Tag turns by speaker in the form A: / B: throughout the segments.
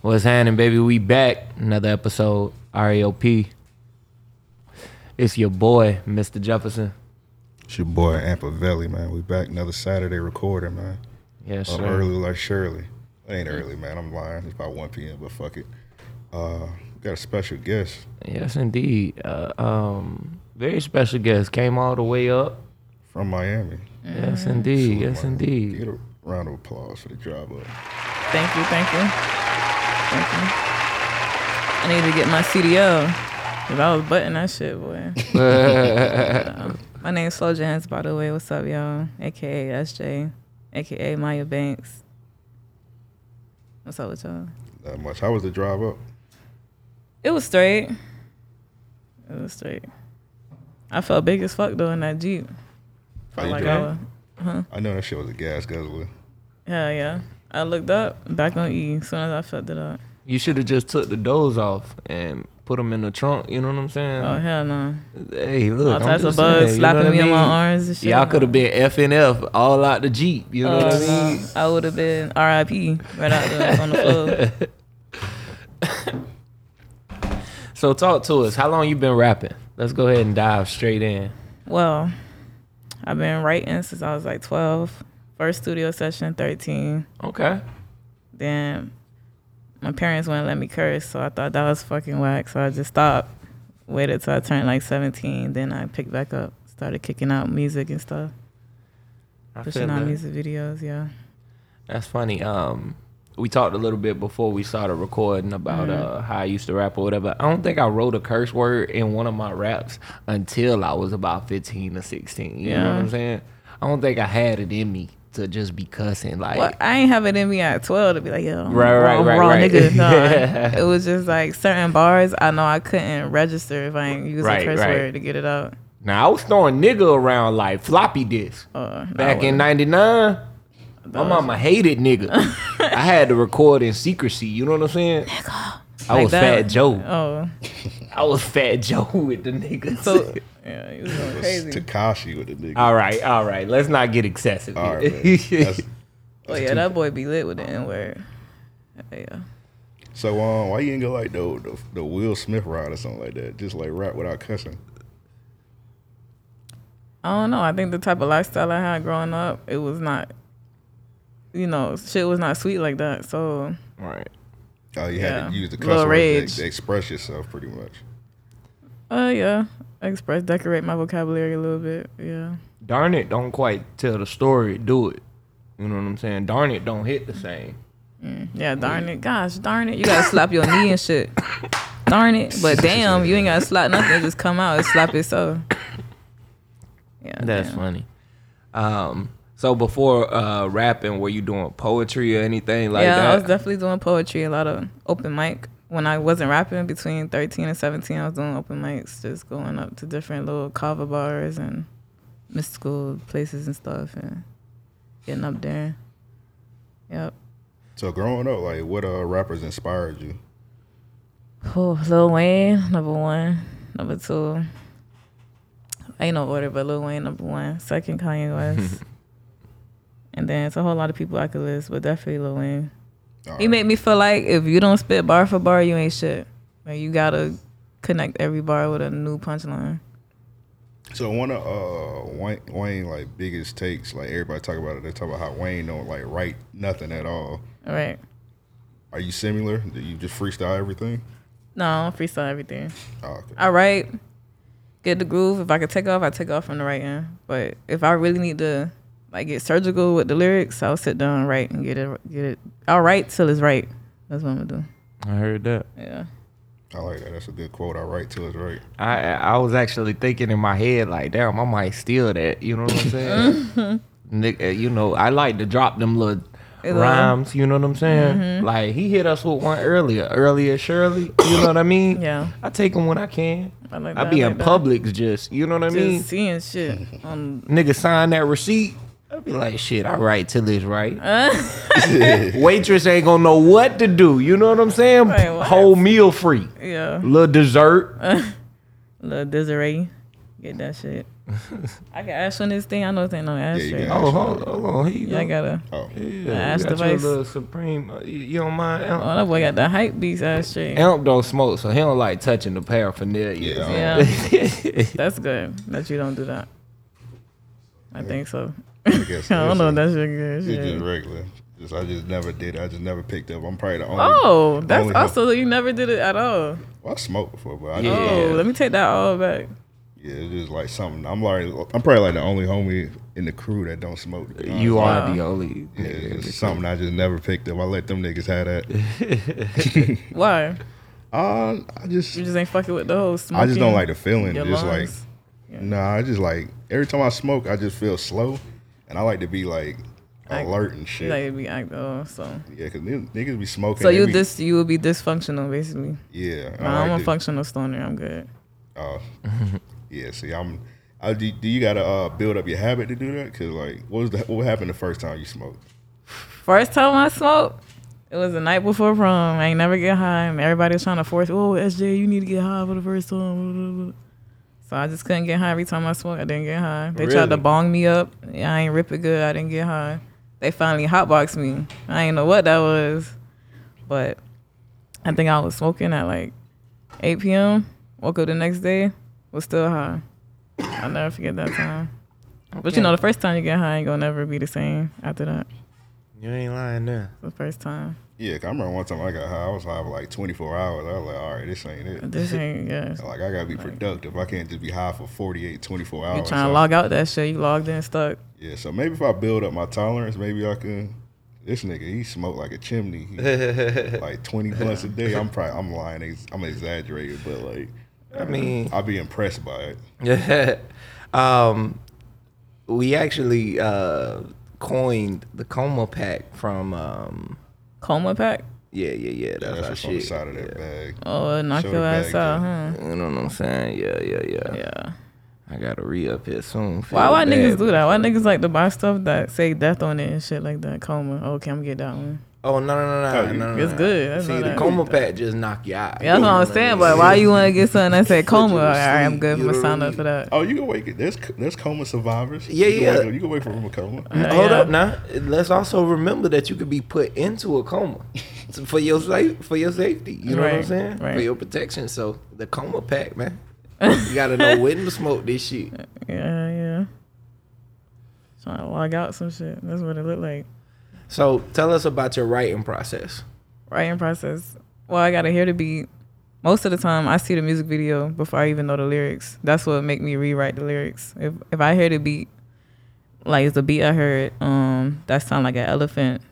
A: What's happening, baby? We back. Another episode, REOP. It's your boy, Mr. Jefferson.
B: It's your boy Ampavelli, man. We back another Saturday recording, man.
A: Yes,
B: I'm
A: sir.
B: Oh, early like Shirley. It ain't early, man. I'm lying. It's about 1 p.m., but fuck it. Uh, we got a special guest
A: Yes, indeed. Uh, um, very special guest. Came all the way up.
B: from Miami.
C: Mm.
A: Yes, indeed. Yes,
B: Miami.
A: indeed.
B: Get a round of applause for the job up.
C: Thank you, thank you. Thank you. I need to get my CDL. If I was butting that shit, boy. my name's Slow Jans, by the way. What's up, y'all? AKA SJ, AKA Maya Banks. What's up with y'all?
B: Not much. How was the drive up?
C: It was straight. It was straight. I felt big as fuck though in that Jeep.
B: How
C: Felt
B: you
C: like I
B: doing?
C: was,
B: I know that shit was a gas guzzler.
C: hell yeah. I looked up, back on E, as soon as I felt it up.
A: You should have just took the doors off and put them in the trunk. You know what I'm saying?
C: Oh, hell no.
A: hey, look.
C: All
A: I'm
C: types of
A: just
C: bugs
A: saying, you know
C: slapping
A: what I
C: me on
A: mean?
C: my arms and shit.
A: Y'all could have been F and F all out the Jeep. You know what I mean?
C: Uh, I would have been RIP right out there on the floor.
A: So talk to us. How long you been rapping? Let's go ahead and dive straight in.
C: Well, I've been writing since I was like 12. First studio session, 13.
A: Okay.
C: Then my parents wouldn't let me curse, so I thought that was fucking whack. So I just stopped, waited till I turned like 17. Then I picked back up, started kicking out music and stuff,
A: I feel
C: pushing out
A: that.
C: music videos. Yeah.
A: That's funny. Um, we talked a little bit before we started recording about
C: Mm-hmm.
A: uh, how I used to rap or whatever. I don't think I wrote a curse word in one of my raps until I was about fifteen or sixteen. You know what
C: Yeah.
A: I'm saying? I don't think I had it in me to just be cussing like.
C: Well, I ain't have it in me at 12 to be like, yo, I'm
A: Right,
C: right,
A: right,
C: raw,
A: right,
C: raw
A: right.
C: nigga. No,
A: Yeah.
C: It was just like certain bars I know I couldn't register if I ain't use
A: Right,
C: a curse
A: right.
C: word to get it out.
A: Now I was throwing nigga around like floppy disk.
C: Uh, no,
A: Back
C: I
A: in
C: wasn't.
A: '99, my mama hated nigga. I had to record in secrecy. You know what I'm saying? I
C: Like
A: was Fat
C: that.
A: Joe.
C: Oh,
A: I was Fat Joe with the niggas.
C: so yeah, it was going
B: It's
C: crazy.
B: Takashi with the nigga.
A: all right, all right. Let's not get excessive.
B: All right, man. That's-
C: Oh yeah, that boy be lit with the N word. Yeah.
B: so um, why you ain't go like the, the the Will Smith ride or something like that? Just like rap without cussing.
C: I don't know. I think the type of lifestyle I had growing up, it was not, you know, shit was not sweet like that. So
A: All right.
B: Oh, you had to
C: Yeah.
B: use the
C: Little
B: cuss words
C: rage.
B: to, to express yourself pretty much.
C: uh, yeah, express decorate my vocabulary a little bit. Yeah.
A: Darn it, don't quite tell the story. Do it. You know what I'm saying? Darn it, don't hit the same.
C: Yeah, darn it. Gosh, darn it. You gotta slap your knee and shit. Darn it. But damn, you ain't gotta slap nothing. It just come out and slap itself. Yeah.
A: That's
C: damn.
A: funny. Um, so before uh, rapping, were you doing poetry or anything like
C: yeah, I was
A: that?
C: definitely doing poetry, a lot of open mic. When I wasn't rapping between 13 and 17, I was doing open mics, just going up to different little cover bars and mystical places and stuff and getting up there. Yep.
B: So growing up, like what uh rappers inspired you?
C: Oh, Lil Wayne, number one. Number two. Ain't no order, but Lil Wayne, number one. Second, Kanye West. and then it's a whole lot of people I could list, but definitely Lil Wayne.
B: All
C: He
B: right.
C: made me feel like if you don't spit bar for bar, you ain't shit. Like you gotta connect every bar with a new punchline.
B: So one of uh Wayne, Wayne like biggest takes, like everybody talk about it. They talk about how Wayne don't like write nothing at all.
C: All right.
B: Are you similar? Do you just freestyle everything?
C: No, I don't freestyle everything.
B: Oh, okay.
C: I write, get the groove. If I could take off, I take off from the right end. But if I really need to like get surgical with the lyrics, I'll sit down and write and get it get it. I'll write till it's right. That's what I'm gonna do.
A: I heard that.
C: Yeah.
B: I like that. That's a good quote. I write to is right.
A: I I was actually thinking in my head like, damn, I might steal that. You know what I'm saying? Nick, uh, you know, I like to drop them little
C: Mm-hmm. It Mm-hmm. will.
A: rhymes. You know what I'm saying? Like he hit us with one earlier, earlier Shirley. You know what I mean?
C: Yeah.
A: I take them when I can.
C: I like
A: I
C: that,
A: be
C: like
A: in
C: that.
A: Publix, just you know what I
C: Just
A: mean.
C: seeing shit on
A: Nigga sign that receipt. I be like, shit, I write till it's right. Waitress ain't gonna know what to do. You know what I'm saying?
C: Wait, what?
A: Whole meal free,
C: yeah.
A: little dessert.
C: Little Desiree. Get that shit. I can ash on this thing. I know this ain't no ash
B: Yeah, you
C: shit.
B: got-
A: Oh, hold, hold on. Here you
C: Yeah, I
A: go.
C: gotta.
B: Oh,
A: Yeah,
C: Ash
A: you got your
C: device.
A: little Supreme. uh, You you don't mind?
C: Oh,
A: Amp?
C: that boy got the hype beast ass shit.
A: Amp don't smoke, so he don't like touching the paraphernalia.
B: yeah. Oh,
C: Yeah,
A: Yeah.
C: that's good that you don't do that. I think so.
B: I, guess
C: I don't know
B: It's,
C: if that's your good
B: it's just
C: shit.
B: regular. Just, I just never did. it. I just never picked up. I'm probably the only.
C: Oh, that's
B: only-
C: also you never did it at all.
B: Well, I smoked before, but I
A: Yeah.
B: just don't.
C: Oh, let me take that all back.
B: Yeah, it's just like something. I'm like, I'm probably like the only homie in the crew that don't smoke. to be honest.
A: You are
C: Wow.
A: the only. nigga
B: Yeah,
A: in
B: it's
A: the
B: just something I just never picked up. I let them niggas have that.
C: Why?
B: Uh, I just,
C: You just ain't fucking with the whole smoking.
B: I just don't like the feeling.
C: your
B: Just like,
C: lungs.
B: nah, I just like every time I smoke, I just feel slow, and I like to be like
C: Act-
B: alert and
C: You
B: shit.
C: like to be act oh, so.
B: yeah, cause niggas niggas be smoking.
C: So
B: they
C: you
B: be-
C: this you will be dysfunctional basically.
B: Yeah, and
C: Nah,
B: I
C: I'm
B: like
C: a functional stoner. I'm good.
B: to- uh, yeah, see, I'm. I, do, do you gotta uh, build up your habit to do that? Cause like, what was the, what happened the first time you smoked?
C: First time I smoked, it was the night before prom. I ain't never get high. And everybody was trying to force, oh, SJ, you need to get high for the first time. So I just couldn't get high every time I smoked. I didn't get high. They tried to
A: Really?
C: bong me up. I ain't rip it good. I didn't get high. They finally hotboxed me. I ain't know what that was. But I think I was smoking at like 8 p.m. Woke up the next day, was still high. I'll never forget that time. But you know, the first time you get high ain't gonna never be the same after that.
A: You ain't lying there.
C: The first time.
B: Yeah, 'cause I remember one time I got high. I was high for like 24 hours. I was like, all right, this ain't it.
C: This ain't yes.
B: Like, I gotta be productive. I can't just be high for 48, 24
A: Oh,
B: hours.
C: You trying
B: So-
C: to log out that shit? You logged in stuck.
B: Yeah, so maybe if I build up my tolerance, maybe I can. This nigga, he smoked like a chimney, He- like 20 blunts a day. I'm probably, I'm lying, ex- I'm exaggerating, but like,
A: I mean,
B: I'll be impressed by it.
A: um, we actually uh, coined the coma pack from. Um,
C: Coma pack.
A: yeah, yeah, yeah. That's,
B: That's
A: our
B: what's on the
A: shit.
B: side of that bag.
C: Oh, it knock
B: Show
C: your
B: the
C: ass
B: bag,
C: out,
B: yeah.
C: huh?
A: You know what I'm saying? Yeah, yeah, yeah.
C: Yeah.
A: I gotta re up it soon.
C: Why why
A: Feel
C: niggas
A: bad.
C: do that? Why niggas like to buy stuff that say death on it and shit like that? Coma. Okay, I'm gonna get that one.
A: Oh no no no
B: Oh,
A: no!
B: you-
A: no, no,
C: It's
A: no.
C: good. That's
A: See
C: not
A: the
C: that
A: coma pack just knock you out.
C: Yeah, that's what I'm saying. But why you wanna get something that said coma? All right, I'm good. I'm gonna
A: You
C: sign
A: know
C: up for that.
B: Oh, you can wake it. There's, there's coma survivors.
A: Yeah,
B: you
A: yeah.
B: Can wake, you can wait for a coma.
C: Yeah,
A: Hold
C: yeah.
A: up now. Let's also remember that you could be put into a coma for your safe for your safety. You know what I'm
C: Right,
A: saying?
C: right.
A: For your protection. So the coma pack, man. You gotta know when to smoke this shit.
C: Yeah, yeah. Trying to log out some shit. That's what it looked like.
A: So tell us about your writing process.
C: writing process. Well, I gotta hear the beat. Most of the time, I see the music video before I even know the lyrics. That's what make me rewrite the lyrics. If if I hear the beat, like it's a beat I heard, um, that sound like an elephant,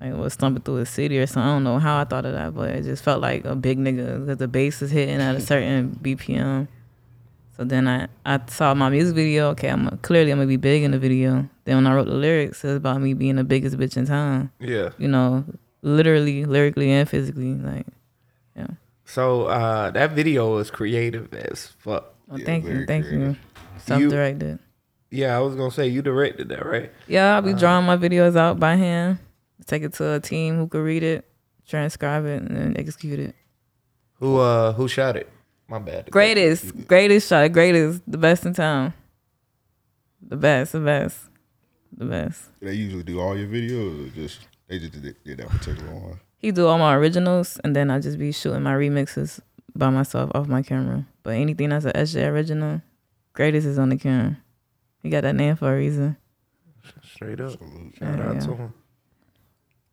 C: like was stumping through a city or something. I don't know how I thought of that, but it just felt like a big nigga because the bass is hitting at a certain BPM. So then I, I saw my music video. Okay, I'm clearly I'm gonna be big in the video. Then when I wrote the lyrics, it was about me being the biggest bitch in town
A: Yeah.
C: you know, literally, lyrically, and physically. Like, yeah.
A: So uh that video is creative as fuck.
C: Well,
B: Yeah,
C: oh, thank you,
B: very
C: thank you.
B: creative.
C: Self
A: You-
C: directed.
A: Yeah, I was gonna say you directed that, right?
C: Yeah,
A: Uh,
C: I'll be drawing my videos out by hand, take it to a team who could read it, transcribe it, and then execute it.
A: Who uh who shot it? My bad.
C: Greatest, greatest shot, greatest, the best in town. The best, the best, the best.
B: They usually do all your videos, or just they just did, did that particular one.
C: He do all my originals, and then I just be shooting my remixes by myself off my camera. But anything that's an SJ original, greatest is on the camera. He got that name for a reason.
A: Straight up.
C: Yeah,
A: Shout out
C: yeah.
A: to him.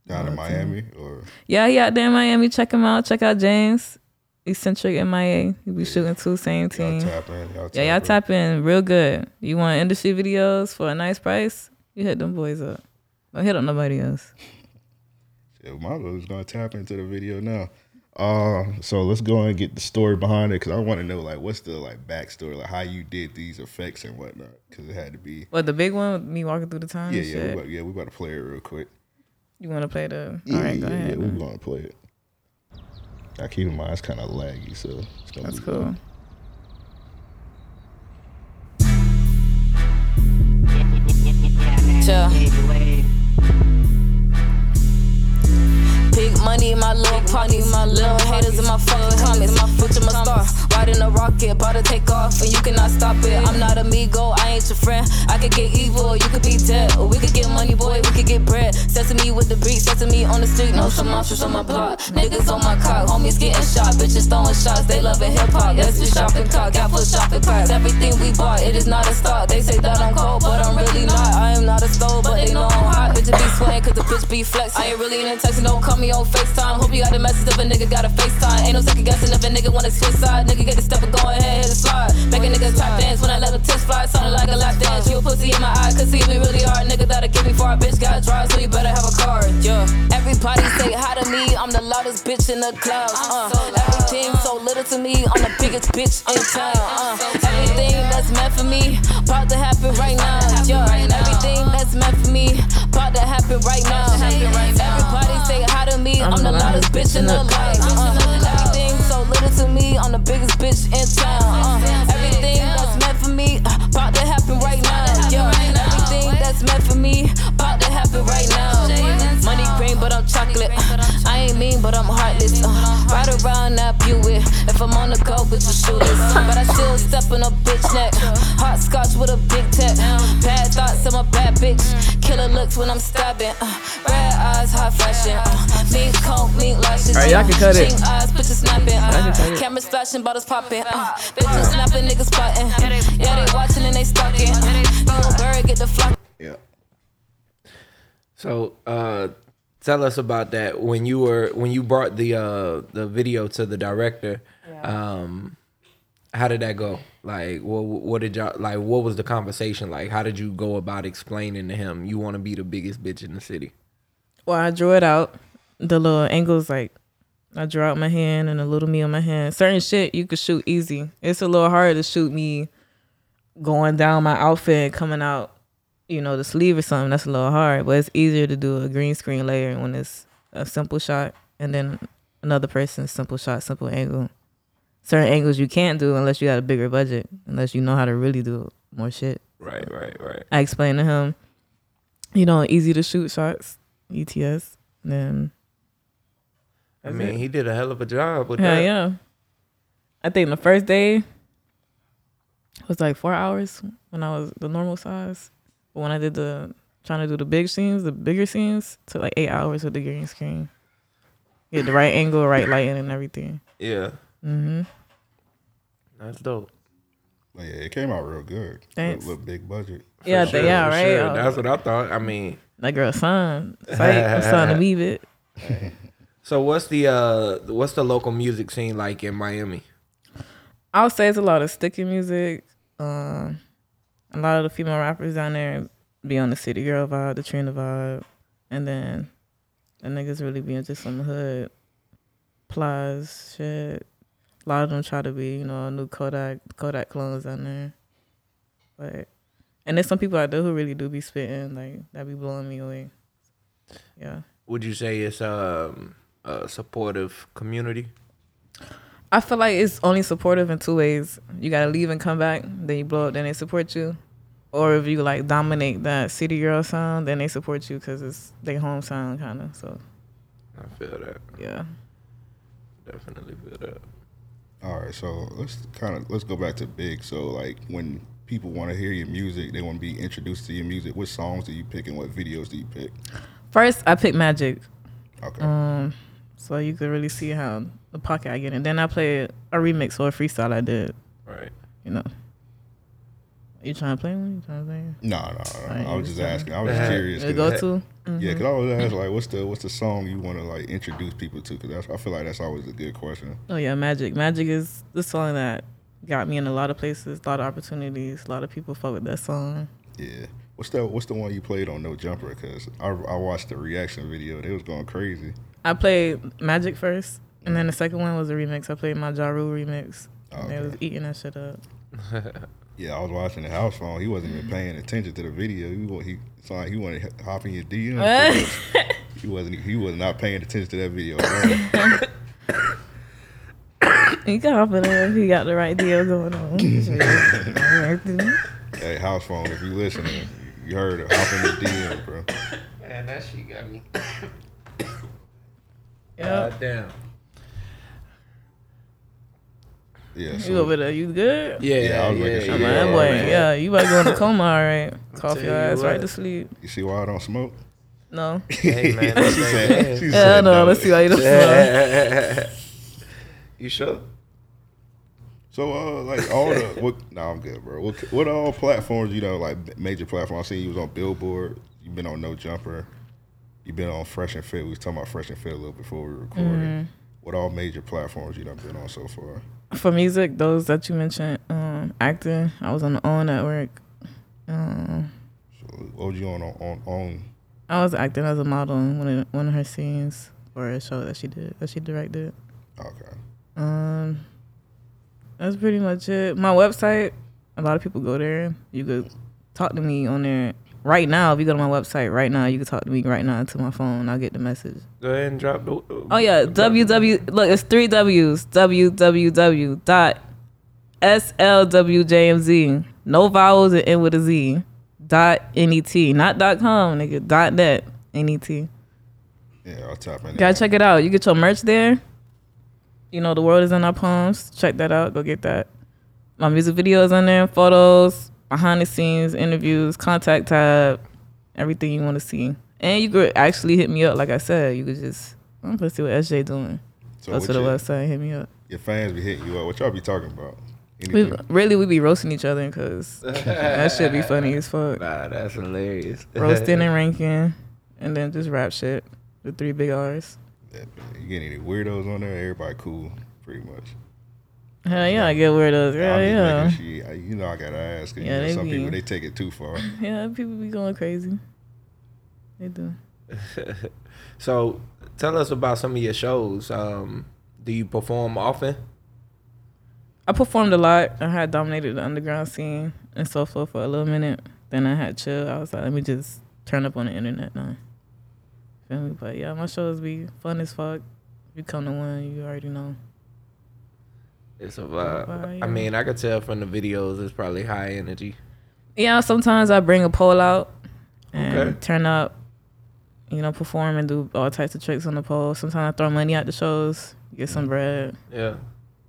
B: Down in Miami, or
C: Yeah, he out there in Miami. Check him out. Check out James. Eccentric MIA. He be shooting two same
B: y'all
C: team.
B: tap in. Y'all tap
C: yeah, y'all
B: in.
C: tap in real good. You want industry videos for a nice price? You hit them boys up. Don't hit up nobody else.
B: Yeah, Milo is gonna tap into the video now. Uh, so let's go and get the story behind it because I want to know like what's the like backstory, like how you did these effects and whatnot because it had to be.
C: But the big one, with me walking through the time.
B: Yeah,
C: Yeah,
B: yeah, we about, yeah. We about to play it real quick.
C: You want to play the?
B: Yeah,
C: all right,
B: yeah,
C: go
B: yeah.
C: ahead.
B: We're gonna play it. I keep in mind it's kind of laggy, so it's gonna
C: That's
B: be
C: cool.
D: Big money in my little Party, my little haters in my followers, comments, my future, my star. Riding a rocket, about to take off, and you cannot stop it. I'm not amigo, I ain't your friend. I could get evil, you could be dead. Or we could get money, boy, we could get bread. Sesame with the beat, sesame on the street. No, some monsters on my block. Niggas on my cock, homies getting shot, bitches throwing shots. They loving hip hop. Yes, we shopping cock, got full shopping carts. Everything we bought, it is not a stock. They say that I'm cold, but I'm really not. I am not a stove, but they know I'm hot. Bitches be sweating, cause the bitch be flexing. I ain't really in texting, don't call me on FaceTime. Hope you got a message if a nigga got a FaceTime. Ain't no second guessing if a nigga wanna switch side. Nigga get the step and go ahead, hit the slide. Making niggas tap dance when I let them tips fly. Sounding like a lap dance. You a pussy in my eye, cause see we really are. Nigga that'll get me far. Bitch got dry, so you better have a card. Yeah. Everybody say hi to me, I'm the loudest bitch in the club. Uh. Everything so little to me, I'm the biggest bitch in town. Uh. Everything that's meant for me, about to happen right now. Yeah. Everything that's meant for me, about to happen right now. Everybody say hi to me, I'm the loudest bitch in the club. Uh. Everything so little to me, I'm the biggest bitch in town. Uh. Everything that's meant for me, about to happen right now. Yeah. Everything that's meant for me, about to happen right now. Money green, but I'm chocolate. I ain't mean, but I'm heartless. Uh, ride around that Buick. If I'm on the go, bitch, you shoot it. But I still step on a bitch neck. Hot scotch with a big tech. Bad thoughts, I'm a bad bitch. Killer looks when I'm stabbing. Uh, red eyes, hot flashing. Uh, mink coat, mink lashes.
E: Alright, y'all can cut it.
D: Chink eyes, bitches snapping.
E: can cut
D: Uh,
E: it.
D: cameras flashing, bottles popping. Uh, bitches snapping, niggas spotting. Yeah, they watching and they stalking. Uh, little bird get the flock.
B: Yeah.
A: So uh, tell us about that when you were when you brought the uh, the video to the director. Um, how did that go? Like, what what did y'all like? What was the conversation like? How did you go about explaining to him you want to be the biggest bitch in the city?
C: Well, I drew it out. The little angles, like I drew out my hand and a little me on my hand. Certain shit you could shoot easy. It's a little hard to shoot me going down my outfit and coming out, you know, the sleeve or something. That's a little hard, but it's easier to do a green screen layer when it's a simple shot and then another person's simple shot, simple angle. Certain angles you can't do unless you got a bigger budget, unless you know how to really do more shit.
A: Right, right, right.
C: I explained to him, you know, easy to shoot shots, E ETS. Then
A: I mean, he did a hell of a job with
C: yeah,
A: that.
C: yeah. I think the first day was like four hours when I was the normal size, but when I did the trying to do the big scenes, the bigger scenes, took like eight hours with the green screen. Get the right angle, right lighting, and everything.
A: Yeah. Mm-hmm. That's dope.
B: But Oh, yeah, it came out real good.
C: Thanks.
B: Look, big budget.
C: yeah, they, yeah,
A: For
C: right.
A: sure.
C: Oh,
A: That's what I thought. I mean,
C: that girl signed. Sight, I'm signing to leave it.
A: so what's the uh what's the local music scene like in Miami?
C: I'll say it's a lot of sticky music. Um, a lot of the female rappers down there be on the city girl vibe, the Trina vibe, and then the niggas really being just some hood plies shit. A lot of them try to be, you know, new Kodak Kodak clones down there, but and there's some people out there who really do be spitting like that be blowing me away. Yeah.
A: Would you say it's um a supportive community?
C: I feel like it's only supportive in two ways. You gotta leave and come back, then you blow up, then they support you. Or if you like dominate that city girl sound, then they support you because it's their home sound kind of. So
A: I feel that.
C: yeah,
A: Definitely feel that.
B: All right, so let's kind of let's go back to big. So like when people want to hear your music, they want to be introduced to your music. What songs do you pick and what videos do you pick?
C: first I pick Magic, um,
B: Okay.
C: so you could really see how the pocket I get in. Then I play a remix or a freestyle I did.
A: Right.
C: You know, you trying to play one? You trying to play?
B: no, no,
C: Alright,
B: no. I was just
C: you said-
B: asking. I was just curious.
C: The
B: 'cause-
C: go to.
B: Yeah, because I always ask like, what's the what's the song you want to like introduce people to? Because I feel like that's always a good question.
C: Oh yeah, Magic. Magic is the song that got me in a lot of places, a lot of opportunities. A lot of people fuck with that song.
B: Yeah. What's that? What's the one you played on No Jumper? Because I, I watched the reaction video. They was going crazy.
C: I played Magic first, and then the second one was a remix. I played my Ja Rule remix.
A: Oh,
C: And They was eating that shit up.
B: Yeah, I was watching the house phone. He wasn't even paying attention to the video. He wa- he it's like he wanted to hop in your DM. he wasn't he was not paying attention to that video. at all.
C: He got off of that. He got the right deal going on.
B: hey, house phone, if you listening, you heard it. Hop in the DM, bro.
A: Man, that shit got me.
C: Yep.
A: damn.
B: Yeah,
C: You
B: so,
C: over there? You good?
A: Yeah,
B: Yeah, I was
A: yeah, yeah,
B: looking for
C: Man,
B: Yeah,
C: that boy,
B: man.
C: yeah, you about to go into coma, all right. Cough
A: Tell
C: your
A: you
C: ass right
A: what.
C: to sleep.
B: you see why I don't smoke?
C: No.
A: Hey, man, that's
B: she
A: like
B: said,
A: that.
B: she
C: Yeah,
B: said
C: no, let's see how you do.
A: you sure?
B: So, uh, like all the what? Nah, I'm good, bro. What, what all platforms? You know, like major platforms. I seen you was on Billboard. You've been on No Jumper. You've been on Fresh and Fit. We was talking about Fresh and Fit a little before we recorded.
C: Mm-hmm.
B: What all major platforms you done been on so far?
C: For music, those that you mentioned, um, acting, I was on the OWN Network. Um,
B: So, what was you on on on? on
C: I was acting as a model in one of, one of her scenes for a show that she did, that she directed.
B: okay.
C: Um, that's pretty much it. My website, a lot of people go there. You could talk to me on there right now. If you go to my website right now, you can talk to me right now to my phone. I'll get the message.
A: Go ahead and drop the.
C: Oh yeah, www. Look, it's three W's. www dot slwjmz. No vowels and end with a Z. Dot net, not dot com, nigga. Dot net, E net.
B: Yeah, I'll tap in.
C: Gotta check it out. You get your merch there. You know, the world is in our palms. Check that out. Go get that. My music videos on there, photos, behind the scenes, interviews, contact tab, everything you want to see. And you could actually hit me up, like I said. You could just I'm gonna see what SJ doing.
B: So
C: Go to
B: what
C: the
B: your,
C: website, hit me up.
B: your fans be hitting you up. What y'all be talking about?
C: We
B: Anything?
C: really we be roasting each other because that should be funny as fuck.
A: Nah, that's hilarious.
C: Roasting and ranking, and then just rap shit. The three big R's.
B: You get any weirdos on there? Everybody cool, pretty much.
C: Hell yeah, I get weirdos. Hell
B: I'm
C: yeah.
B: just making shit- I- You know, I gotta ask. you
C: Yeah,
B: know,
C: they
B: some
C: be-
B: people they take it too far.
C: Yeah, people be going crazy. They do.
A: so, tell us about some of your shows. Um, do you perform often?
C: I performed a lot. I had dominated the underground scene and so forth for a little minute. Then I had chill. I was like, let me just turn up on the internet now. Feel me? But yeah, my shows be fun as fuck. You come to one, you already know.
A: It's a vibe.
C: Vibe,
A: I
C: yeah.
A: mean, I could tell from the videos, it's probably high energy.
C: Yeah, sometimes I bring a pole out and
A: Okay.
C: turn up, you know, perform and do all types of tricks on the pole. Sometimes I throw money at the shows, get some bread.
A: Yeah.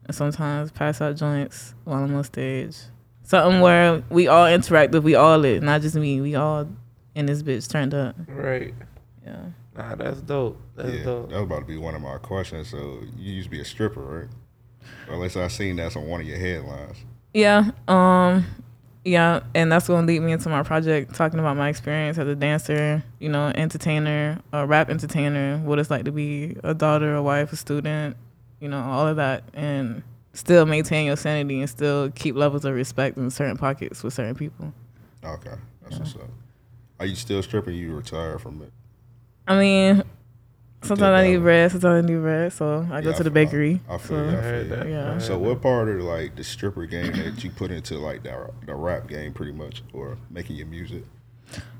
C: and sometimes pass out joints while I'm on stage. Something where we all interactive, we all it, not just me. We all in this bitch turned up.
A: Right.
C: Yeah.
A: Nah, that's dope. That's
B: Yeah, that
A: dope.
B: was about to be one of my questions. So you used to be a stripper, right? Or unless I seen that's on one of your headlines.
C: Yeah. Um yeah, and that's gonna lead me into my project talking about my experience as a dancer, you know, entertainer, a rap entertainer, what it's like to be a daughter, a wife, a student, you know, all of that and still maintain your sanity and still keep levels of respect in certain pockets with certain people.
B: Okay, that's what's up. Are you still stripping? You retired from it?
C: I mean, sometimes I
B: that
C: need
B: one.
C: bread, sometimes I need bread, so I go
B: Yeah,
C: to the
B: feel-
C: bakery. Uh-huh.
B: I, I feel
C: so,
B: you. I
A: Heard
B: feel
A: that.
B: you.
C: yeah.
B: So what part of like the stripper game that you put into like the the rap game, pretty much, or making your music?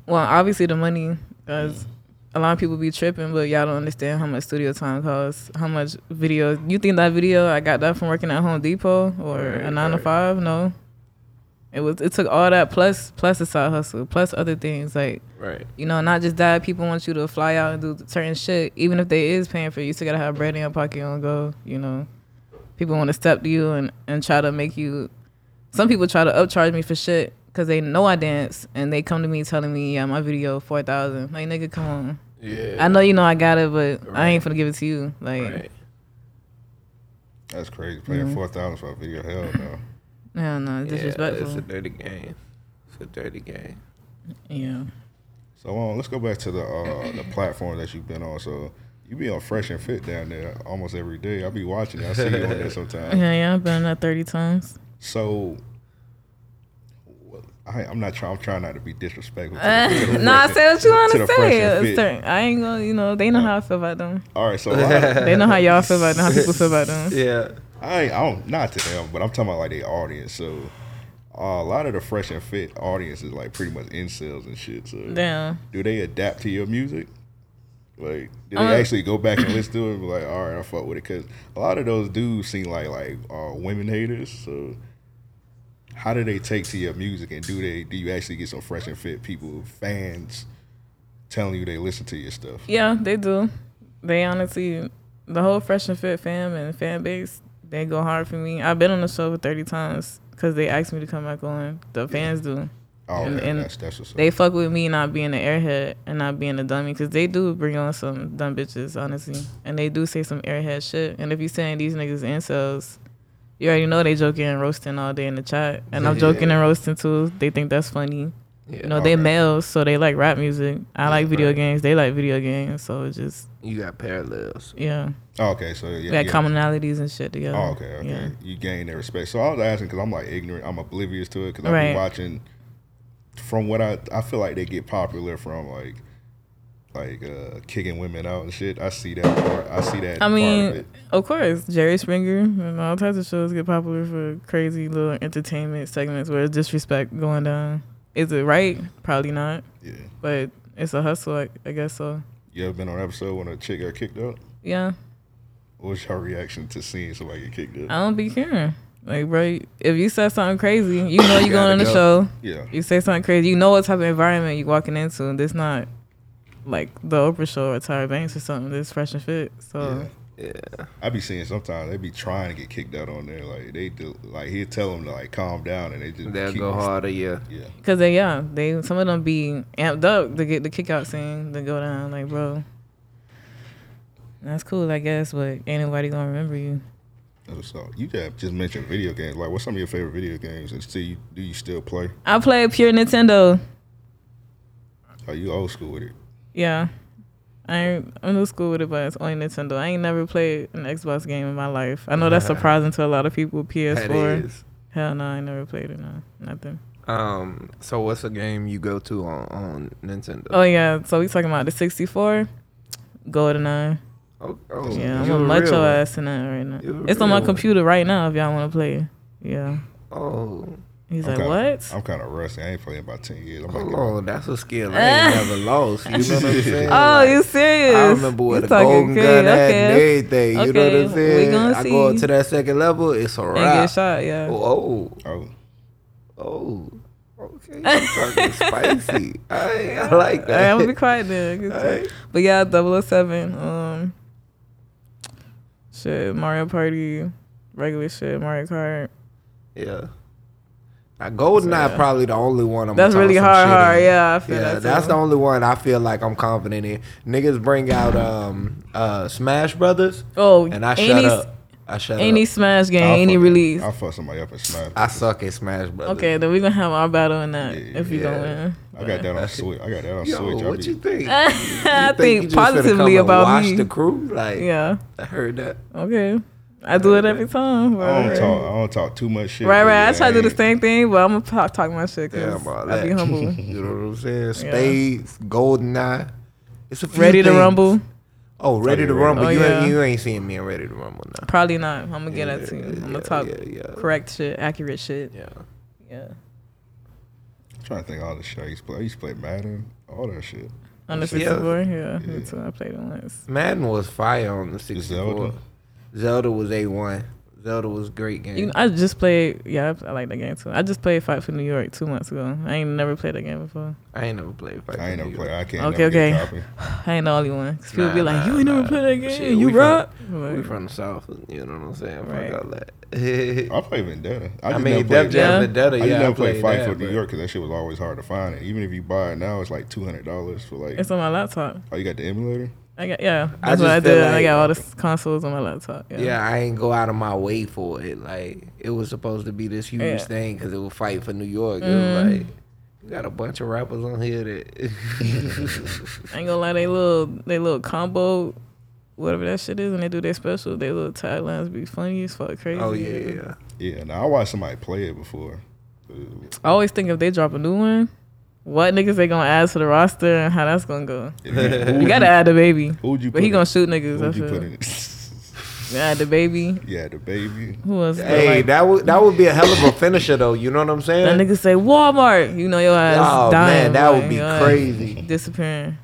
C: Well, obviously the money,
B: Mm.
C: because a lot of people be tripping, but y'all don't understand how much studio time costs, how much video. You think that video I got that from working at Home Depot or a
A: Right,
C: nine
A: right.
C: to five? No. It was. It took all that plus plus a side hustle plus other things like
A: Right.
C: you know not just that people want you to fly out and do certain shit even if they is paying for you you still gotta have bread in your pocket on go you know people want to step to you and, and try to make you some people try to upcharge me for shit because they know i dance and they come to me telling me yeah my video 4000 like nigga come on
A: Yeah.
C: i know you know i got it but i ain't
A: Right.
C: finna give it to you like
A: Right.
B: That's crazy. Playing
C: Mm-hmm.
B: thousand for a video, hell no.
C: hell no it's
A: Yeah, it's a
C: disrespectful
A: dirty game. It's a dirty game.
C: yeah
B: So um, let's go back to the uh, the platform that you've been on. So you be on Fresh and Fit down there almost every day. I be watching. you. I see you on there sometimes.
C: yeah yeah i've been on that 30 times
B: So well, I, I'm not trying. I'm trying not to be disrespectful. to
C: no
B: the- to the
C: i
B: person.
C: said what you want
B: To
C: to
B: the fresh
C: say
B: and
C: It's
B: fit.
C: certain- i ain't gonna you know they know how i feel about them
B: All right, so a lot of-
C: They know how y'all feel about them, how people feel about them.
A: Yeah.
B: I, ain't- I don't not to them, but I'm talking about like the audience. So uh, a lot of the fresh and fit audience is like pretty much incels and shit. So
C: Damn.
B: do they adapt to your music? Like, do they
C: Uh,
B: actually go back and listen to it? And be like, all right, I fuck with it because a lot of those dudes seem like like uh, women haters. So, how do they take to your music? And do they do you actually get some fresh and fit people fans telling you they listen to your stuff?
C: Yeah, they do. They honestly, the whole Fresh and Fit fam and fan base, they go hard for me. I've been on the show for 30 times because they asked me to come back on. The fans do.
B: Oh,
C: And-
B: yeah,
C: and
B: that's that's what's up.
C: They fuck with me not being an airhead and not being a dummy because they do bring on some dumb bitches, honestly. And they do say some airhead shit. And if you saying these niggas incels, you already know they joking and roasting all day in the chat. And I'm joking and roasting too. They think that's funny.
A: Yeah.
C: You know, they
B: Okay.
C: males, so they like rap music. I like video games. They like video games. So it's just,
A: You got parallels.
C: yeah.
B: Oh, okay, so yeah,
C: We got
B: yeah.
C: commonalities and shit together.
B: Oh, okay, okay.
C: Yeah.
B: You gain their respect. So I was asking because I'm like ignorant. I'm oblivious to it because I've
C: Right.
B: been watching. From what I, I feel like they get popular from like, like uh kicking women out and shit. I see that part. I see that.
C: I
B: part of
C: mean,
B: it.
C: of course, Jerry Springer and all types of shows get popular for crazy little entertainment segments where it's disrespect going down. Is it right? Probably not,
B: yeah.
C: but it's a hustle, I, I guess so.
B: You ever been on an episode when a chick got kicked out?
C: Yeah,
B: What was your reaction to seeing somebody get kicked
C: I
B: out?
C: don't be caring. Like, bro, if you said something crazy, you know you going on the
A: go.
C: show.
B: Yeah.
C: You say something crazy, you know what type of environment you walking into, and it's not like the Oprah show or Tyra Banks or something. This fresh and fit, so
B: Yeah. I be seeing sometimes they be trying to get kicked out on there. Like they do, like he'll tell them to like calm down and they just
A: They'll
B: keep
A: go harder, yeah.
B: Yeah.
C: Cause they yeah, they some of them be amped up to get the kick out scene to go down like bro. That's cool, I guess, but ain't nobody gonna remember you.
B: So you just just mentioned video games. Like, what's some of your favorite video games? And still, you, do you still play?
C: I play pure Nintendo.
B: Are you old school with it?
C: Yeah. I ain't, I'm in school with it, but it's only Nintendo. I ain't never played an Xbox game in my life. I know that's surprising to a lot of people. PS4.
A: That is.
C: Hell no, I ain't never played it. No, nothing.
A: Um, so what's a game you go to on, on Nintendo?
C: Oh yeah, so we talking about the 64, GoldenEye.
A: Oh, oh,
C: Yeah,
A: you
C: I'm a
A: a
C: macho
A: real one.
C: ass in that right now.
A: You a
C: It's on my
A: real one.
C: computer right now. If y'all want to play, it. yeah.
A: Oh,
C: He's
B: I'm
C: like,
B: kinda-
C: what?
B: I'm kind of rusty. I ain't playing about ten years. I'm
A: hold
B: like,
A: on, oh, that's a skill I ain't never lost. You know what I'm saying?
C: oh,
A: Like,
C: you serious?
A: I remember where
C: You
A: the
C: talking
A: golden gun
C: good,
A: at and
C: okay.
A: everything. You know
C: Okay,
A: what I'm saying?
C: we gonna
A: I go up
C: see.
A: to that second level, it's a
C: And get
A: wrap.
C: shot, yeah.
A: Oh,
B: oh,
A: oh, okay. You talking spicy. I, I like
C: All right,
A: that.
C: I'm gonna be quiet then. Good
A: Alright.
C: shit. But yeah, 007. Um, shit, Mario Party, regular shit, Mario Kart.
A: Yeah. Now, Goldeneye
C: yeah.
A: probably the only one I'm.
C: That's
A: gonna
C: really
A: toss some
C: hard,
A: shit
C: hard.
A: in.
C: Yeah, I feel
A: yeah.
C: that
A: That's
C: too.
A: the only one I feel like I'm confident in. Niggas bring out um uh Smash Brothers,
C: Oh,
A: and I
C: any,
A: shut up. I shut
C: Any
A: up.
C: Smash game,
B: I'll
C: any
B: fuck-
C: release.
B: I'll fuck somebody up and smash.
A: I suck at Smash Brothers.
C: Okay, then we gonna have our battle in that
B: Yeah,
C: if you
A: yeah.
C: gonna win.
B: I got that on Switch. I got that on
A: Yo,
B: Switch. I
A: what you
B: be,
A: think?
C: I
A: you
C: think
A: just finna come
C: positively
A: and
C: about
A: watch
C: me.
A: the crew. Like,
C: yeah.
A: I heard that.
C: Okay. I do it every time. bro.
B: I don't talk. I don't talk too much shit.
C: Right,
B: but
C: right.
B: yeah,
C: I try to do the
B: ain't-
C: same thing, but I'm gonna talk, talk my shit
A: Yeah,
C: because
A: about
C: I be
A: that.
C: humble.
A: You know what I'm saying? Spades, Goldeneye. It's a few
C: Ready to
A: things.
C: rumble?
A: Oh, ready to
B: yeah, Ready to
A: rumble.
C: Rumble.
A: you,
C: Oh,
A: ain't,
C: yeah.
A: you ain't seeing me in ready to rumble now.
C: Probably not. I'm gonna get that to you. I'm gonna
A: yeah,
C: talk
A: yeah, yeah.
C: correct shit, accurate shit.
A: Yeah.
C: Yeah.
B: I'm trying to think of all the shit I used to play. I used to play Madden, all that shit.
C: On the
A: Yeah.
C: 64, yeah, me too. I played it once.
A: Madden was fire on the 64. Zelda,
B: Zelda?
A: was A1. Zelda was a great game.
C: You know, I just played. Yeah, I, I like that game too. I just played Fight for New York two months ago. I ain't never played that game before.
A: I ain't never played Fight
B: I ain't
A: Club
B: never
A: either.
B: play. I can't.
C: Okay,
B: never get a
C: okay.
B: copy.
C: I ain't the only one. Cause people
A: Nah,
C: be like,
A: nah,
C: "You ain't never
A: nah.
C: played that game.
A: Shit,
C: you
A: we
C: rap."
A: We
C: Like,
A: from the South, you know what I'm saying?
C: Right.
A: Fuck all that.
B: I play Vendetta. I,
A: I,
B: just
A: mean,
B: never
A: Def
B: played
A: Jam
C: Yeah.
A: Vendetta,
B: I
A: yeah.
B: just never played
A: played
B: Fight
A: that,
B: for New
A: but-
B: York because that shit was always hard to find. And even if you buy it now, it's like two hundred dollars for like.
C: it's on my laptop.
B: Oh, you got the emulator?
C: I got yeah. That's
A: I
C: what
A: just
C: I
A: feel
C: did. I
A: like-
C: got all the s- consoles on my laptop. Yeah.
A: Yeah, I ain't go out of my way for it. Like it was supposed to be this huge
C: Yeah. Mm-hmm.
A: thing because it would fight for New York. It was like you got a bunch of rappers on here that.
C: I ain't gonna lie, they little they little combo, whatever that shit is, and they do their special. They little taglines be funny as fuck, crazy.
A: oh yeah, yeah.
B: Yeah. Now I watched somebody play it before.
C: I always think if they drop a new one, what niggas they gonna add to the roster and how that's gonna go. You gotta add the baby,
B: Who'd you?
C: but he
B: put
C: gonna
B: in-
C: shoot niggas. I
B: Who'd you put
C: feel.
B: in?
C: Add the baby.
B: yeah, the baby.
C: Who else?
A: Hey,
C: Like,
A: that would that would be a hell of a finisher though. You know what I'm
C: that
A: saying?
C: nigga say Walmart. You know your ass
A: oh man,
C: dying.
A: that
C: boy.
A: would be
C: Your ass
A: crazy.
C: Disappearing.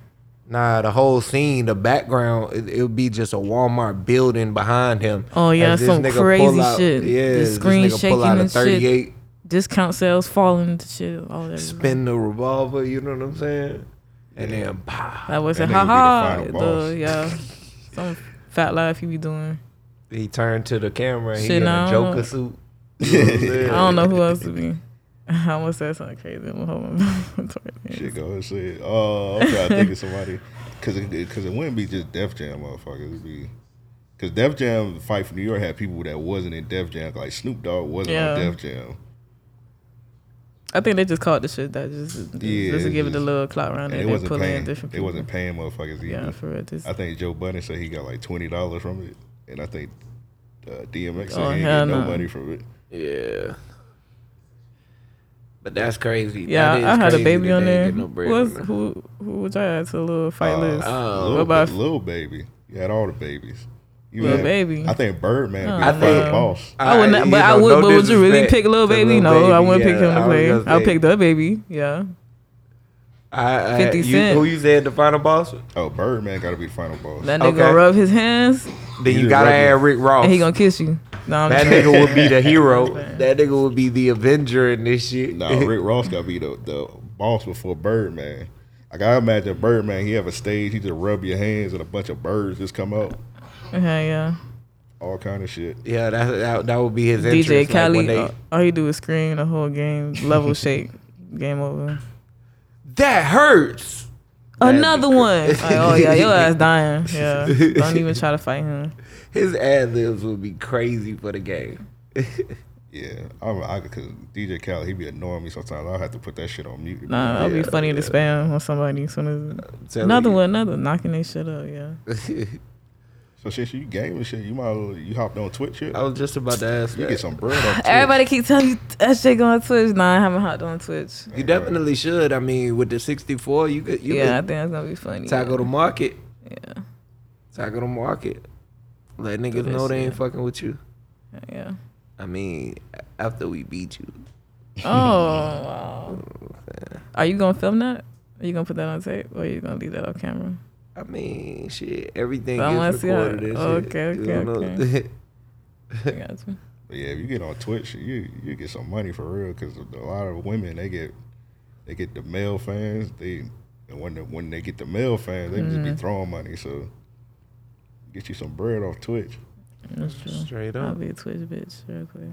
A: Nah, the whole scene, the background, it, it would be just a Walmart building behind him.
C: Oh, yeah,
A: As this
C: some
A: nigga pull
C: crazy
A: out-
C: shit. The
A: Yeah, as
C: screen
A: this nigga
C: shaking
A: pull out a
C: and shit.
A: 38,
C: Discount sales falling to shit. All that.
A: spin the revolver. You know what I'm saying? And then pow.
C: That was a
B: That nigga
C: ha ha.
B: would be the final
C: the-
B: boss.
C: Yeah. Some fat life you be doing.
A: He turned to the camera. He
C: Shit,
A: in
C: no,
A: a
C: I
A: Joker
C: don't-
A: suit.
C: I don't know who else to be. I almost said something crazy. Hold on.
B: Shit, go and say it. Oh, I'm trying to think of somebody. Because it, it- 'cause it wouldn't be just Def Jam motherfuckers. It'd be. Because Def Jam Fight for New York had people that wasn't in Def Jam. Like Snoop Dogg wasn't on
C: Yeah.
B: Def Jam.
C: I think they just called the shit that just just,
B: Yeah,
C: just to
B: it's
C: give it a
B: just-
C: little clout round
B: And
C: and
B: it
C: they
B: wasn't
C: pull in
B: paying.
C: different
B: It
C: people.
B: wasn't paying motherfuckers either.
C: yeah, for real. Just,
B: I think Joe Budden said he got like $20 from it. And I think uh, DMX said
C: Oh,
B: he didn't
C: hell
B: get no
C: no.
B: money from it.
A: Yeah. But that's crazy.
C: yeah,
A: That is
C: I I had a
A: crazy
C: baby
A: that
C: on
A: they ain't
C: there.
A: get no bread
C: who, else,
A: on that.
C: who who would y'all add to a little fight
B: Uh,
C: list?
A: Oh.
B: Lil,
C: What about-
B: Lil Baby? You had all the babies. You
C: Lil
B: had-
C: Baby?
B: I think Birdman.
C: Oh,
B: I
A: no.
B: think the boss.
C: I would not, but I would. but would you really pick Lil Baby? no, I wouldn't pick him to play. I'll pick the baby. Yeah,
A: I,
C: 50
A: you-
C: Cent.
A: Who you said the final boss?
B: Oh, Birdman got to be the final boss.
C: that nigga
A: Okay.
C: gonna rub his hands
A: Then
B: You
A: you
B: just
A: gotta
B: rubbed it.
A: add Rick Ross.
C: and he gonna kiss you. No, I'm
A: that
C: just-
A: nigga would be the hero.
C: That's
A: that nigga would be the Avenger in this shit.
B: No, Rick Ross got to be the, the boss before Birdman. Like I imagine Birdman, he have a stage, he just rub your hands and a bunch of birds just come out,
C: Okay, yeah.
B: all kind of shit.
A: yeah, that, that that would be his
C: DJ
A: entrance, like,
C: Khaled,
A: when they-
C: all- uh, all he do is scream the whole game, level shake, game over.
A: that hurts.
C: Another one. Like, oh yeah, your ass dying. Yeah, don't even try to fight him.
A: His ad libs would be crazy for the game.
B: Yeah, I'm I, cause DJ Khaled, he be annoying me sometimes. I'll have to put that shit on mute.
C: Nah, that'd
A: Yeah,
C: be funny to spam on somebody as soon
A: I'm
C: as
A: telling
C: another
A: you.
C: one, another knocking their shit up. Yeah.
B: So shit, you game and shit, you might as well- you hopped on Twitch shit.
A: I was just about to ask
B: You
A: that.
B: get some bread on Twitch.
C: Everybody keep telling you SJ going on Twitch. Nah, I haven't hopped on Twitch.
A: You definitely should. I mean, with the 64, you could you
C: yeah, I
A: yeah.
C: think that's gonna be funny.
A: could tackle the market.
C: Yeah,
A: Tackle the market. Let niggas
C: that
A: know they
C: shit.
A: ain't fucking with you.
C: yeah.
A: I mean, after we beat you.
C: Oh, wow. Are you gonna film that? Are you gonna put that on tape, or are you gonna leave that off camera?
A: I mean, shit, everything
C: I wanna
A: gets
C: see how-
A: recorded and shit.
C: okay,
A: You
C: okay,
A: don't know-
C: I got you.
B: But yeah, if you get on Twitch, you you get some money for real because a lot of women they get they get the male fans. They and when the, when they get the male fans, they just be
C: Mm-hmm.
B: throwing money. So get you some bread off Twitch,
C: That's true.
A: Straight
C: I'll
A: up.
C: be a Twitch bitch real quick.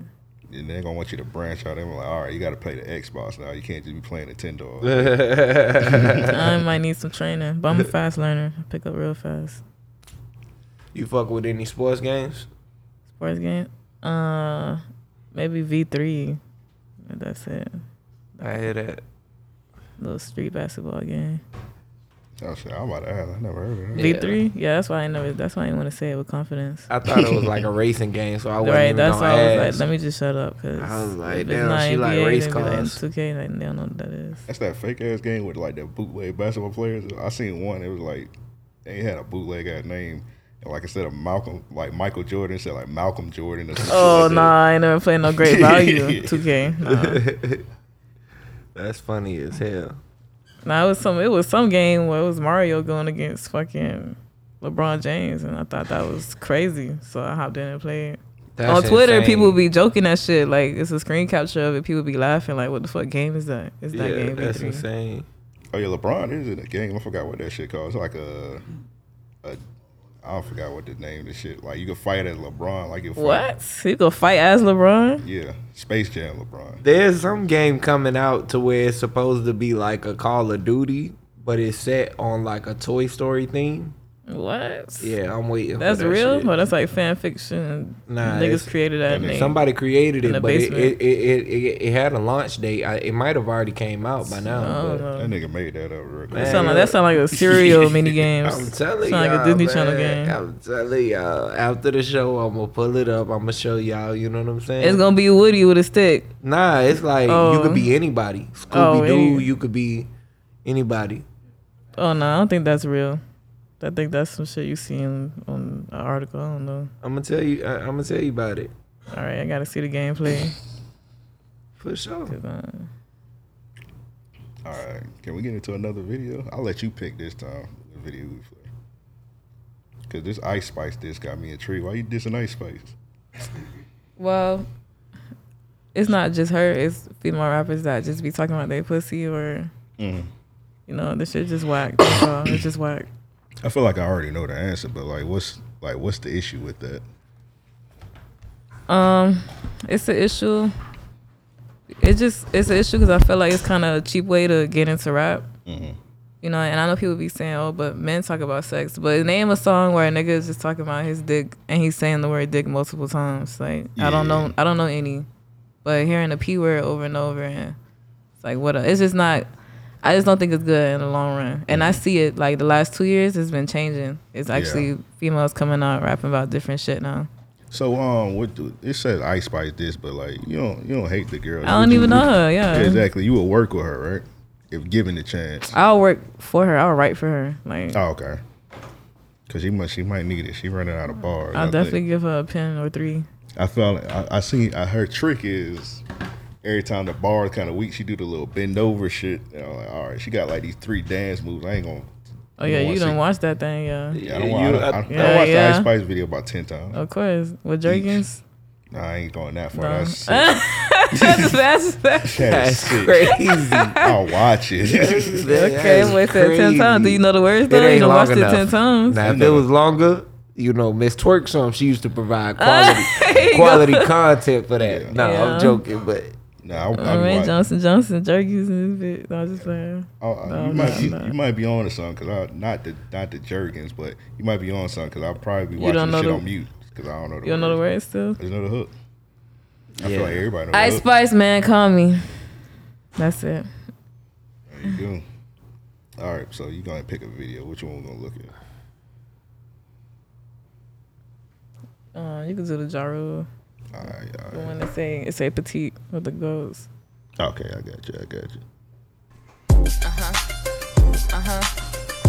B: and they're gonna want you to branch out. They're like, all right, you got to play the Xbox now. You can't just be playing Nintendo. all day."
C: I might need some training, but I'm a fast learner. I pick up real fast.
A: You fuck with any sports games?
C: Sports game, uh, maybe V three. That's it.
A: I hear that.
C: Little street basketball game.
B: oh shit, I'm about to ask. I never heard of that.
C: V three. Yeah, that's why I never. That's why I didn't want to say it with confidence.
A: I thought it was like a racing game, so I wasn't
C: Right,
A: even
C: that's why
A: gonna
C: I was
A: ask.
C: like, let me just shut up because
A: I was like, damn, she like race cars.
C: Two K, like they don't know what that is.
B: That's that fake ass game with like the bootleg basketball players. I seen one. It was like they had a bootleg ass name. And like instead of Malcolm, like Michael Jordan said, like Malcolm Jordan. Or some shit
C: Oh
B: like that.
C: nah, I ain't never played no great value. Two K. Nah.
A: That's funny as hell.
C: nah, it was some. It was some game where it was Mario going against fucking LeBron James, and I thought that was crazy. So I hopped in and played.
A: That's
C: On Twitter,
A: insane.
C: people be joking that shit. Like it's a screen capture of it. People be laughing. Like, what the fuck game is that? It's
A: Yeah,
C: that game.
A: that's
C: V3.
A: insane.
B: Oh yeah, LeBron is in the game. I forgot what that shit called. It's like a, a I forgot what the name of the shit. Like you can fight as LeBron. Like you fight-
C: What? You gonna fight as LeBron?
B: Yeah, Space Jam LeBron.
A: There's some game coming out to where it's supposed to be like a Call of Duty, but it's set on like a Toy Story theme.
C: What?
A: Yeah, I'm waiting.
C: That's
A: for that
C: real?
A: shit.
C: Well, that's like fan fiction.
A: Nah, it's-
C: Niggas created that
B: and
C: name.
B: it's
A: Somebody created
C: In
A: it,
C: the
A: but it
C: basement.
A: it, it, it it it had a launch date. I, it might have already came out by
C: I
A: now.
C: don't
A: But
C: know.
B: That nigga made that up real quick.
A: Man.
C: Sound like, that sound like a serial mini game.
A: I'm telling
C: sound
A: y'all,
C: like a Disney Channel
A: man.
C: game.
A: I'm telling y'all. After the show, I'm gonna pull it up. I'm gonna show y'all. You know what I'm saying?
C: It's gonna be Woody with a stick.
A: nah, it's like you
C: Oh.
A: could be anybody.
C: Oh,
A: Scooby Doo.
C: any-
A: you could be anybody.
C: Oh no, I don't think that's real. I think that's some shit you see in, on an article. I don't know.
A: I'm gonna tell you. I, I'm gonna tell you about it
C: All right, I gotta see the gameplay.
A: for sure.
C: 'Cause, uh,
B: All right, can we get into another video? I'll let you pick this time. The video we play. Cause this Ice Spice this got me intrigued. Why you dissing Ice Spice?
C: well, it's not just her. It's female rappers that just be talking about their pussy or you know, this shit just whack. That's all. It's just whack.
B: I feel like I already know the answer, but like, what's Like, what's the issue with that?
C: It's an issue. It just it's an issue because I feel like it's kind of a cheap way to get into rap.
B: Mm-hmm.
C: You know, and I know people be saying, "Oh, but men talk about sex." But name a song where a nigga is just talking about his dick and he's saying the word dick multiple times. Like I don't
B: Yeah.
C: know, I don't know any. But hearing the p word over and over and it's like what? A, it's just not. I just don't think it's good in the long run. And I
B: Mm-hmm.
C: see it like the last two years, it's been changing. It's actually females coming out rapping about different shit now.
B: So, um, what do, it says Ice Spice this, but like, you don't you don't hate the girl.
C: I don't
B: Would you-
C: even know her.
B: Yeah,
C: Yeah.
B: exactly. You would work with her, right? If given the chance.
C: I'll work for her. I'll write for her. Like
B: Oh, okay. Cause she must, she might need it. She running out of bars.
C: I'll
B: I
C: definitely
B: Think.
C: give her a pen or three.
B: I felt. I, I seen. I, her trick is every time the bar is kind of weak, she do the little bend over shit. And I'm like, all right, she got like these three dance moves. I ain't gonna.
C: Oh yeah,
B: wanna
C: you
B: see-
C: done watch that thing, yeah.
B: Yeah, I don't.
A: You- uh,
B: want- I, don't- I, don't- I
C: Yeah,
B: watched the Ice
C: yeah. Oh.
B: Spice video about ten times.
C: Of course, with Jerkins.
B: Nah, I ain't going that far.
C: No.
B: That's sick.
C: That's that's- that's-
B: That is
A: That's
B: sick.
A: crazy.
B: I'll watch it.
C: Okay, wait said ten times. Do you know the words though? you done watched it ten times.
A: Now, if
B: know
A: it
B: it.
A: was longer, you know, Miss Twerk something. She used to provide quality, quality content for that. No,
C: Yeah.
A: I'm joking, but
B: nah, I'm,
C: All right,
B: I'm watching.
C: Johnson Johnson, Jerkins and this bitch. No, I'm just playing.
B: Oh, uh,
C: No,
B: you, might
C: no,
B: be,
C: no.
B: you might be on to something because I not the not the Jergens, but you might be on something because I'll probably be
C: You
B: watching
C: don't know
B: shit
C: the-
B: on mute because I don't know the
C: You don't know the words still?
B: I just know the hook. I
A: Yeah.
B: feel like everybody knows.
C: Ice
B: the hook.
C: Spice Man, call me. That's it.
B: There you go. All right, so you gonna pick a video? Which one we gonna look at?
C: Uh, you can do the Jaru.
B: All right,
C: The
B: all right.
C: one that say it's a petite with the goats.
B: Okay, I got you. I got you.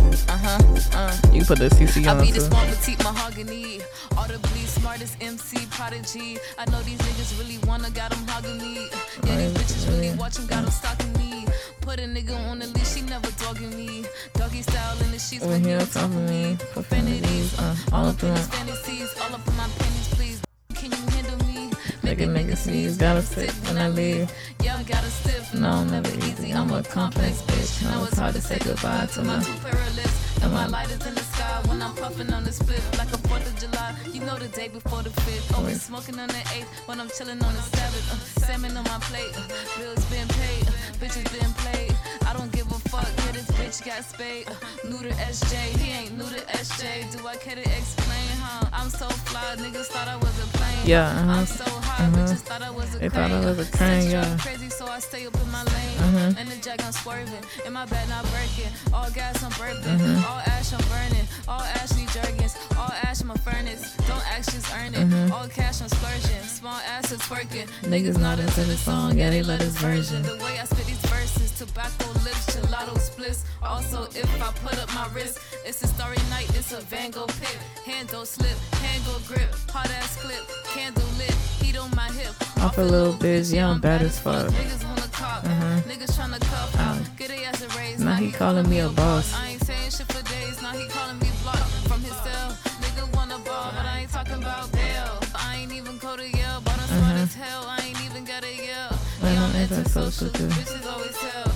C: You can put the CC
D: I
C: on
D: be this
C: too.
D: one petite mahogany. Audibly smartest MC prodigy. I know these niggas really wanna got 'em hogging me. Yeah, these bitches really watching, got 'em stalking me. Put a nigga on the leash, she never dogging me. Doggy style in the sheets
C: When
D: when
C: he
D: you
C: on
D: on
C: top
D: top
C: of
D: of
C: me,
D: me. Profanities, uh, all up in his fantasies, all up in my panties, please. Can you handle me?
C: Make a nigga sneeze, gotta sit when I leave.
D: Yeah, I gotta stiff. No, I'm never easy. I'm a complex bitch. Now it's hard to say goodbye to my two pair of lips. And my light is in the sky when I'm puffing on the split. Like a 4th of July, you know the day before the 5th. Always smoking on the 8th when I'm chilling on the 7th. Uh, salmon on my plate. Uh, bills been paid. Uh, bitches been played. I don't give a fuck. Yeah, this bitch got spayed. Uh, new to SJ. He ain't new to SJ. Do I care to explain, huh? I'm so fly. Niggas thought I was a plane.
C: Yeah, uh-huh.
D: I'm so high. Bitches thought I was a
C: They thought I
D: crane. Mm-hmm.
C: was a crane,
D: Since
C: yeah.
D: crazy, so I stay up in my lane. And the jack I'm swerving, and my bed not breaking. All gas I'm burping, all ash I'm burning, all ash need jerkins, all ash my furnace. Don't ask just earn it, all cash I'm splurging, small ass is twerking. Mm-hmm. Niggas not into the song, yeah they love this version. The way I spit these verses, tobacco lips, gelato splits. Also, if I put up my wrist, it's a starry night, it's a Van Gogh pit. Hand don't slip, hand go grip, hard ass clip, candle lit, heat on my hip.
C: Off a little bitch, yeah, I'm bad as fuck.
D: Niggas wanna cop. Niggas tryna cuff. Get a ass a raise.
C: Mm-hmm. Now he calling me a Mm-hmm. boss.
D: I ain't saying shit for days. Now he calling me block from his cell. Nigga wanna ball, but I ain't talking about bail. I ain't even go to Yale, but I'm smart as hell. I ain't even gotta yell.
C: When
D: Yeah,
C: I'm
D: I'm
C: antisocial,
D: antisocial.
C: too.
D: Bitches always tell.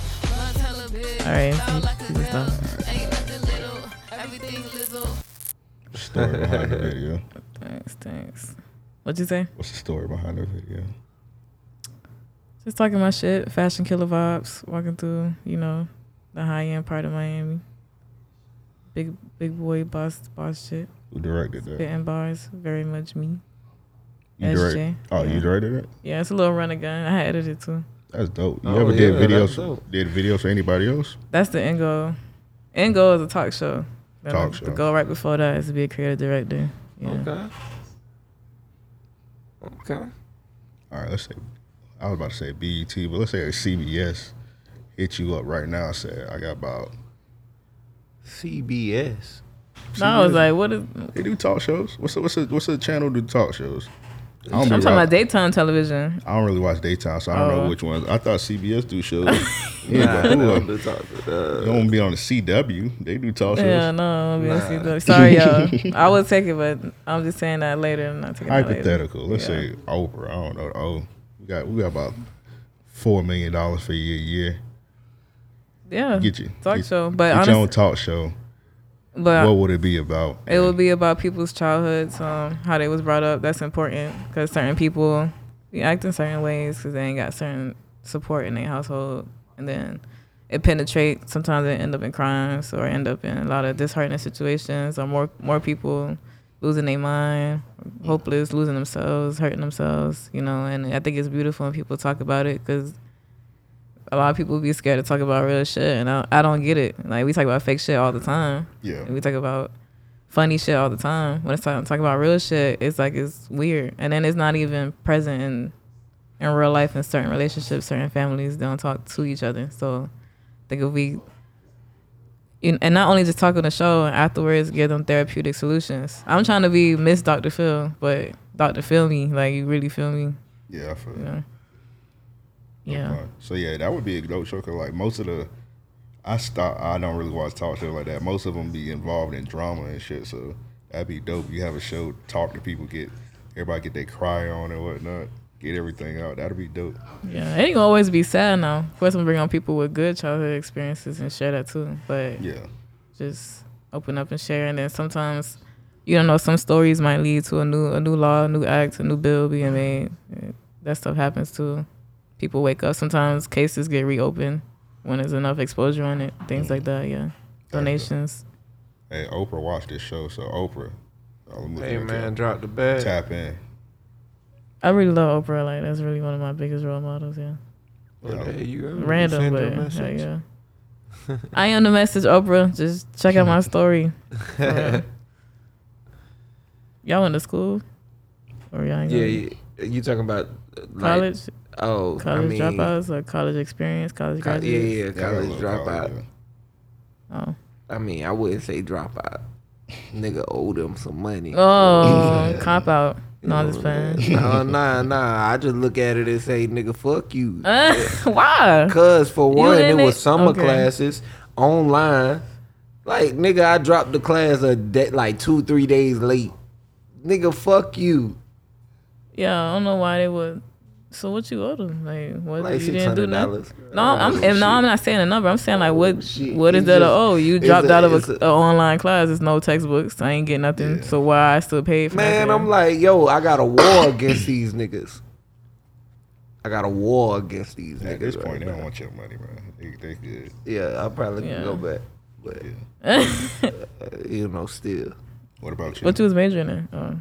D: One hella big.
C: All right,
D: loud like
C: you
D: a
C: can
D: bell.
C: stop.
D: Ain't nothing little. Everything lizzle.
B: Story behind the video.
C: Thanks, thanks. What'd you say?
B: What's the story behind the video?
C: Just talking my shit, fashion killer vibes, walking through, you know, the high end part of Miami. Big big boy boss boss shit.
B: Who directed that?
C: Spitting bars, very much me.
B: You
C: SJ,
B: direct? Oh,
C: yeah.
B: you directed it.
C: Yeah, it's a little run and gun. I had edited it too.
B: That's dope. You
A: Oh,
B: ever
A: yeah,
B: did
A: that's
B: videos?
A: dope.
B: Did videos for anybody else?
C: That's the end goal. End goal is a talk show. Then
B: Talk
C: the,
B: show.
C: The goal right before that is to be a creative director. Yeah.
A: okay, okay.
B: all right, let's say, I was about to say BET, but let's say CBS hit you up right now and said, I got about,
A: CBS.
C: No, I was like, what is
B: they do talk shows. What's the, what's the, what's the channel do talk shows? I don't,
C: I'm
B: be
C: talking
B: right-
C: about daytime television.
B: I don't really watch daytime, so I don't
C: Oh.
B: know which ones. I thought CBS do shows. yeah,
A: Nah,
B: but who
A: nah,
B: are-
A: I'm just talking, uh,
B: they don't be on the CW. They do talk shows.
C: Yeah, no, I'm gonna
A: Nah.
C: be on CW. Sorry, y'all. I would take it, but I'm just saying that later. I'm not taking that later.
B: Hypothetical. Let's
C: Yeah.
B: say Oprah. I don't know. Oh, we got we got about four million dollars for you a year.
C: Yeah,
B: Get you
C: talk
B: get-
C: show. But
B: Get your own
C: honestly,
B: talk show.
C: But
B: what would it be about?
C: It will be about people's childhoods, um, how they was brought up. That's important because certain people we act in certain ways because they ain't got certain support in their household, and then it penetrates. Sometimes they end up in crimes or end up in a lot of disheartening situations, or more more people losing their mind, hopeless, losing themselves, hurting themselves. You know, and I think it's beautiful when people talk about it because a lot of people be scared to talk about real shit, and I, I don't get it. Like we talk about fake shit all the time.
B: Yeah.
C: And we talk about funny shit all the time. When it's time to talk about real shit, it's like it's weird, and then it's not even present in in real life. In certain relationships, certain families they don't talk to each other. So I think if we you- and not only just talk on the show and afterwards give them therapeutic solutions. I'm trying to be Miss Dr. Phil, but Dr. Phil me, like you really feel me.
B: Yeah, I feel
C: You
B: that.
C: know? Yeah.
B: Right. So yeah, that would be a dope show. Cause like most of the, I stop. I don't really watch talk shows like that. Most of them be involved in drama and shit. So that'd be dope. You have a show, talk to people, get everybody get their cry on and whatnot, get everything out. That'd be dope.
C: Yeah, it ain't gonna always be sad now. Of course, I'm bring on people with good childhood experiences and share that too. But
B: Yeah.
C: just open up and share. And then sometimes, you don't know, some stories might lead to a new a new law, a new act, a new bill
A: Mm-hmm.
C: being made. Yeah, That stuff happens too. People wake up. Sometimes cases get reopened when there's enough exposure on it. Things like that. Yeah, donations.
B: Hey, Oprah watched this show, so Oprah. I'm looking
A: Hey
B: at
A: man,
B: that.
A: drop the bag.
B: Tap in.
C: I really love Oprah. Like that's really one of my biggest role models. Yeah.
A: Well, there Mm-hmm. you go.
C: random,
A: Send her a
C: but yeah,
A: message.
C: yeah. I am the message, Oprah. Just check out my story. For real. y'all went to school, or y'all ain't
A: Yeah,
C: go-
A: you, you talking about uh, like,
C: college,
A: Oh,
C: college
A: I mean,
C: dropouts, or college experience, college
A: co- yeah,
C: graduates.
A: yeah, college dropout.
C: Oh,
A: I mean, I wouldn't say dropout. Nigga owed him some money.
C: oh, cop out. No, I'm just playing.
A: no, nah, nah. I just look at it and say, nigga, fuck you.
C: Uh, why?
A: Cause for one, it
C: didn't-
A: was summer
C: okay.
A: classes online. Like nigga, I dropped the class a day, like two, three days late. Nigga, fuck you.
C: Yeah, I don't know why they would. So what you owe them? Like what?
A: Like
C: you
A: six
C: didn't do
A: hundred
C: nothing.
A: dollars.
C: No, I'm and no, I'm not saying a number. I'm saying like what
A: shit.
C: what is
A: You
C: that?
A: just-
C: oh, you
A: it's
C: dropped
A: a-
C: out of
A: it's
C: a,
A: a-
C: a online class. There's no textbooks. I ain't get nothing.
B: Yeah.
C: So why I still paid for
A: Man, I'm like, yo, I got a war against these niggas. I got a war against these niggas.
B: At this
A: right
B: point, they
A: now.
B: don't want your money, man. They, they good.
A: Yeah, I probably
C: Yeah.
A: can go back, but
B: Yeah.
A: uh, you know, still
B: What about you?
C: what you was majoring in? Oh,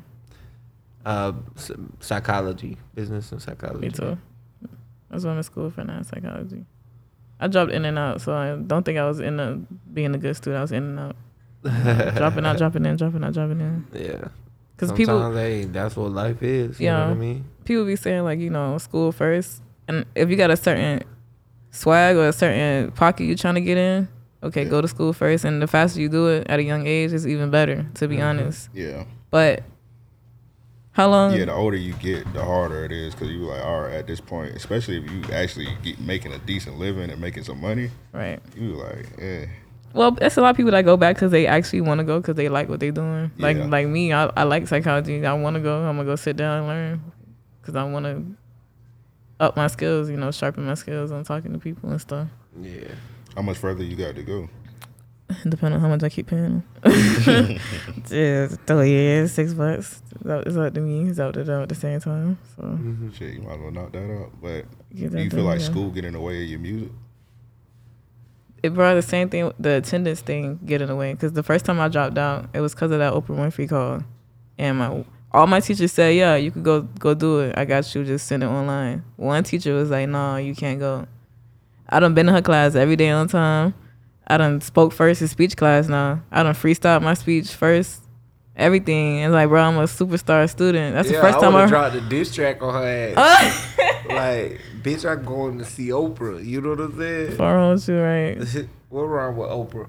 A: uh, s- psychology, business and psychology.
C: me too. That's what I'm in school for now, psychology. I dropped in and out, so I don't think I was in the being a good student. I was in and out, dropping out, dropping in, dropping out, dropping in.
A: Yeah,
C: Because
A: Sometimes,
C: people
A: hey, that's what life is. You know
C: Yeah.
A: what I mean?
C: people be saying like you know school first and if you got a certain swag or a certain pocket you're trying to get in okay go to school first and the faster you do it at a young age is even better to be honest
B: Yeah.
C: but how long
B: Yeah, the older you get, the harder it is because you like, all right, at this point, especially if you actually get making a decent living and making some money,
C: right
B: you like, eh,
C: well that's a lot of people that go back because they actually want to go because they like what they're doing like
B: Yeah.
C: like me I, I like psychology i want to go i'm gonna go sit down and learn because i want to up my skills you know sharpen my skills on talking to people and stuff
A: Yeah.
B: how much further you got to go?
C: Depending on how much I keep paying. yeah, three years, six bucks. That is up to me. It's up to them at the same time. So
B: Shit, you might as well knock that out. But
C: get
B: Mm-hmm. do
C: that
B: you feel
C: done,
B: like
C: Mm-hmm. yeah.
B: school get in the way of your music?
C: It brought the same thing, the attendance thing, getting away. Because the first time I dropped out, it was because of that Oprah Winfrey call, and my all my teachers said, "Yeah, you could go go do it. I got you. Just send it online." One teacher was like, "No, you can't go." I done been in her class every day on time. I done spoke first in speech class now. I done freestyled my speech first. Everything and like, bro, I'm a superstar student. That's the first
A: I
C: time
A: would've
C: I.
A: dropped the diss track on her ass. like, bitch, I'm going to see Oprah. You know what I'm saying?
C: Far home too, right?
A: what wrong with Oprah?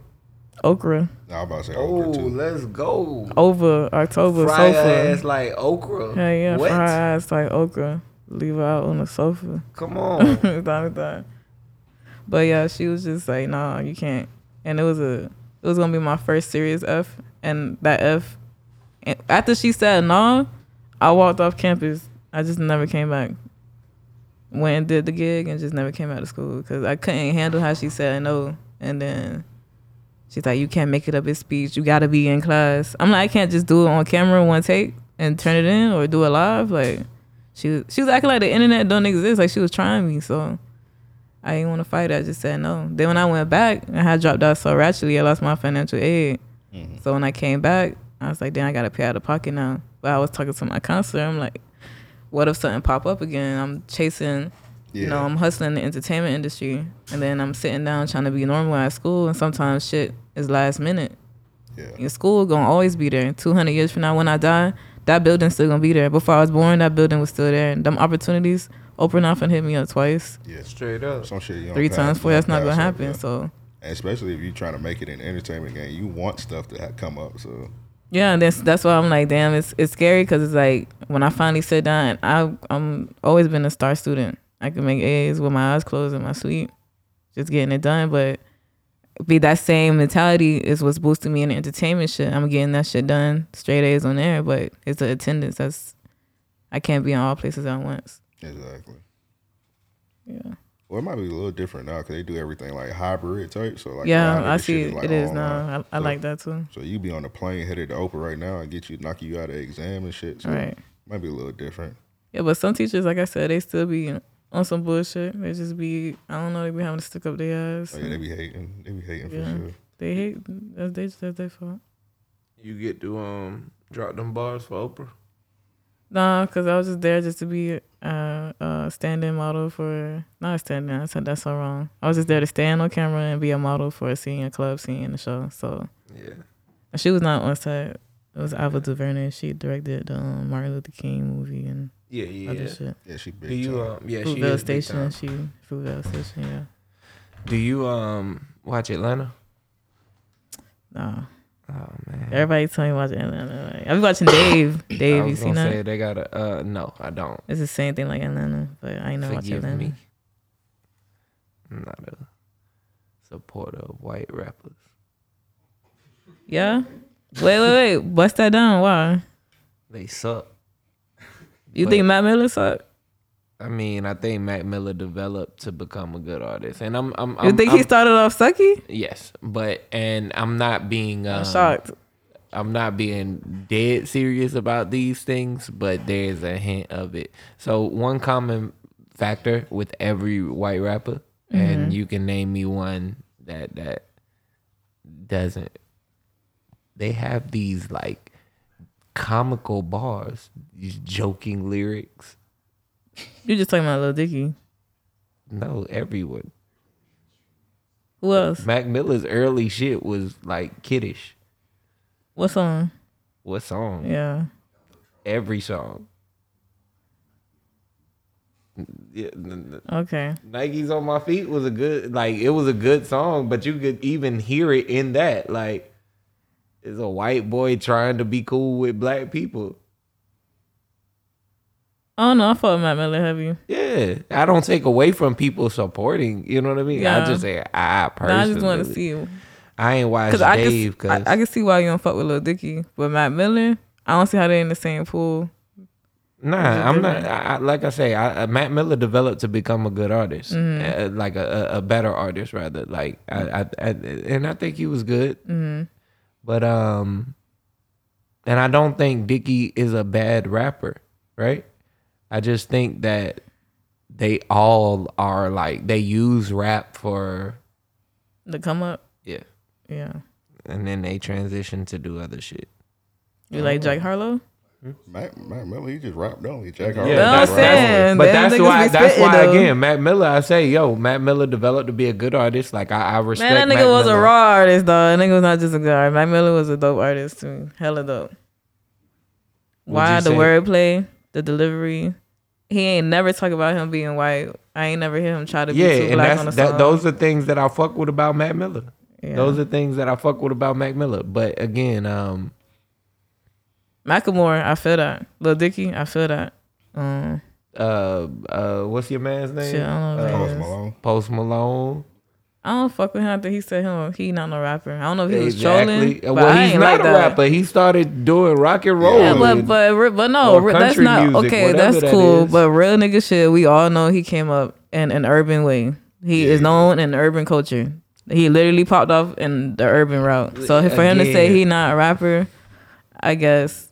C: Okra
B: Nah, I'm about to say
A: Oh,
B: Oprah too.
A: let's go.
C: over October
A: Fry
C: sofa.
A: her ass like okra.
C: Yeah, yeah,
A: What?
C: for her eyes like okra. Leave her out on the sofa.
A: Come on.
C: Dun, dun, dun. But yeah, she was just like, nah, you can't. And it was a, it was gonna be my first serious F, and that F, and after she said no, I walked off campus. I just never came back. Went and did the gig and just never came out of school because I couldn't handle how she said no, and then She's like, you can't make it up in speech. You gotta be in class. I'm like, I can't just do it on camera one take and turn it in or do it live. Like, she was, she was acting like the internet don't exist. Like she was trying me, so I didn't want to fight. I just said no. Then when I went back, I had dropped out so ratchetly, I lost my financial aid. So when I came back, I was like, then I gotta pay out of pocket now. But I was talking to my counselor. I'm like, what if something pop up again? I'm chasing you know,
B: Yeah.
C: I'm hustling the entertainment industry, and then I'm sitting down trying to be normal at school, and sometimes shit is last minute.
B: Yeah.
C: Your school gonna always be there. 200 years from now, when I die, that building's still gonna be there. Before I was born, that building was still there, and them opportunities. Oprah Nothing hit me up twice,
B: Yeah.
A: Straight up.
B: Some shit you don't
C: three
B: pass-
C: times, four.
B: you
C: That's
B: don't
C: not gonna
B: pass up,
C: happen.
B: yeah.
C: So
B: And especially if you're trying to make it an entertainment game, you want stuff to ha- come up. So
C: Yeah, and that's that's why I'm like, damn, it's it's scary because it's like when I finally sit down, I I'm always been a star student. I can make A's with my eyes closed in my sleep, just getting it done. But be that same mentality is what's boosting me in the entertainment shit. I'm getting that shit done, straight A's on there. But it's the attendance that's I can't be in all places at once.
B: exactly.
C: Yeah,
B: Well, it might be a little different now because they do everything like hybrid type. So like, a lot of
C: yeah, I
B: this shit
C: see it,
B: like,
C: it is
B: online.
C: now. I, I
B: So-
C: like that too.
B: So you be on the plane headed to Oprah right now and get you knock you out of exam and shit. So
C: All right.
B: might be a little different.
C: Yeah, but some teachers, like I said, they still be on some bullshit. They just be, I don't know, they be having to stick up their ass.
B: Oh, yeah, they be hating. They be hating
C: Yeah.
B: for sure.
C: They hate. That's they that's their fault.
A: You get to um drop them bars for Oprah.
C: Nah, cause I was just there just to be a, a stand-in model for not a stand-in. I said that's so wrong. I was just there to stand on camera and be a model for a scene, a club scene in the show. So
A: Yeah.
C: and she was not on set. It was Ava DuVernay. She directed the um, Martin Luther King movie and
A: Yeah, yeah.
C: other shit.
B: Yeah, she big
A: Do you
B: time.
A: um yeah she
C: Fruitvale
A: is big
C: Station.
A: time.
C: She Fruitvale Station. Yeah.
A: Do you um watch Atlanta?
C: Nah.
A: Oh man.
C: Everybody tell me watch Atlanta. Like, I be watching Dave.
A: I
C: Dave, you
A: was
C: seen
A: gonna
C: that?
A: say they got a uh no, I don't.
C: It's the same thing like Atlanta, but I ain't not watch
A: Forgive
C: Atlanta.
A: me. I'm not a supporter of white rappers.
C: Yeah. Wait, wait, wait. Bust that down. Why?
A: They suck.
C: You
A: But-
C: think Matt Miller suck?
A: I mean, I think Mac Miller developed to become a good artist, and I'm, I'm,
C: You
A: I'm
C: think
A: I'm,
C: he started off sucky?
A: yes, but and I'm not being, um,
C: I'm shocked.
A: I'm not being dead serious about these things, but there's a hint of it. So one common factor with every white rapper, and you can name me one that that doesn't. They have these like comical bars, these joking lyrics.
C: You just talking about Lil Dicky.
A: No, everyone.
C: Who else?
A: Mac Miller's early shit was like kiddish.
C: What song?
A: What song?
C: Yeah.
A: Every song. Yeah, n- n-
C: Okay.
A: Nike's on my feet was a good like it was a good song, but you could even hear it in that like it's a white boy trying to be cool with black people.
C: Oh no, I fuck with Matt Miller heavy.
A: Yeah, I don't take away from people supporting. You know what I mean? I
C: Yeah.
A: just say I personally. I
C: Nah, I just want to see you.
A: I ain't watched
C: Cause I
A: Dave
C: can, I,
A: because
C: I can see why you don't fuck with Lil Dicky, but Matt Miller, I don't see how they in the same pool.
A: Nah, I'm not.
C: different.
A: I, I, like I say, I, I- Matt Miller developed to become a good artist, uh, like a, a, a better artist rather. Like I, I, I, and I think he was good. But um, and I don't think Dickie is a bad rapper, right? I just think that they all are like they use rap for
C: The come up,
A: yeah,
C: yeah.
A: and then they transition to do other shit.
C: You
A: Oh.
C: like Jack Harlow?
B: Mac, Mac Miller, he just rapped on. He Jack
A: Yeah,
B: Harlow.
C: That's
A: Oh, that's that's-
B: just rapped.
C: what I'm saying.
A: But
C: Them
A: that's
C: niggas
A: why.
C: be
A: That's
C: spitting,
A: why
C: though.
A: again, Matt Miller. I say, yo, Matt Miller developed to be a good artist. Like I, I respect.
C: Man, that nigga
A: Mac
C: was
A: Miller.
C: a raw artist, though. That nigga was not just a good artist. Mac Miller was a dope artist, too. Hella dope.
A: Would
C: Why
A: you
C: the
A: say-
C: wordplay, the delivery? He ain't never talk about him being white. I ain't never hear him try to be
A: Yeah,
C: too
A: and
C: black on a
A: that's
C: song.
A: that, those are things that I fuck with about Matt Miller.
C: yeah.
A: Those are things that I fuck with about Mac Miller. But again, um,
C: Macklemore, I feel that. Lil Dicky, I feel that. Um,
A: uh, uh, what's your man's name?
C: shit, I don't know.
A: Uh,
C: What
B: Post
C: that is.
B: Malone.
A: Post Malone.
C: I don't fuck with him. I think he said him. He not no rapper. I don't know if he was
A: Exactly.
C: trolling. But
A: well,
C: I
A: he's
C: ain't
A: not
C: like
A: a
C: that.
A: rapper. He started doing rock and roll.
C: Yeah,
B: Oh,
C: but
A: and-
C: but re- but no,
A: Or
C: re- that's
A: country
C: not
A: music,
C: okay.
A: whatever
C: That's
A: that
C: cool.
A: is.
C: But real nigga shit, we all know he came up in an urban way. He is known in urban culture. He literally popped off in the urban route. So for him to say
F: Again.
C: he not a rapper, I guess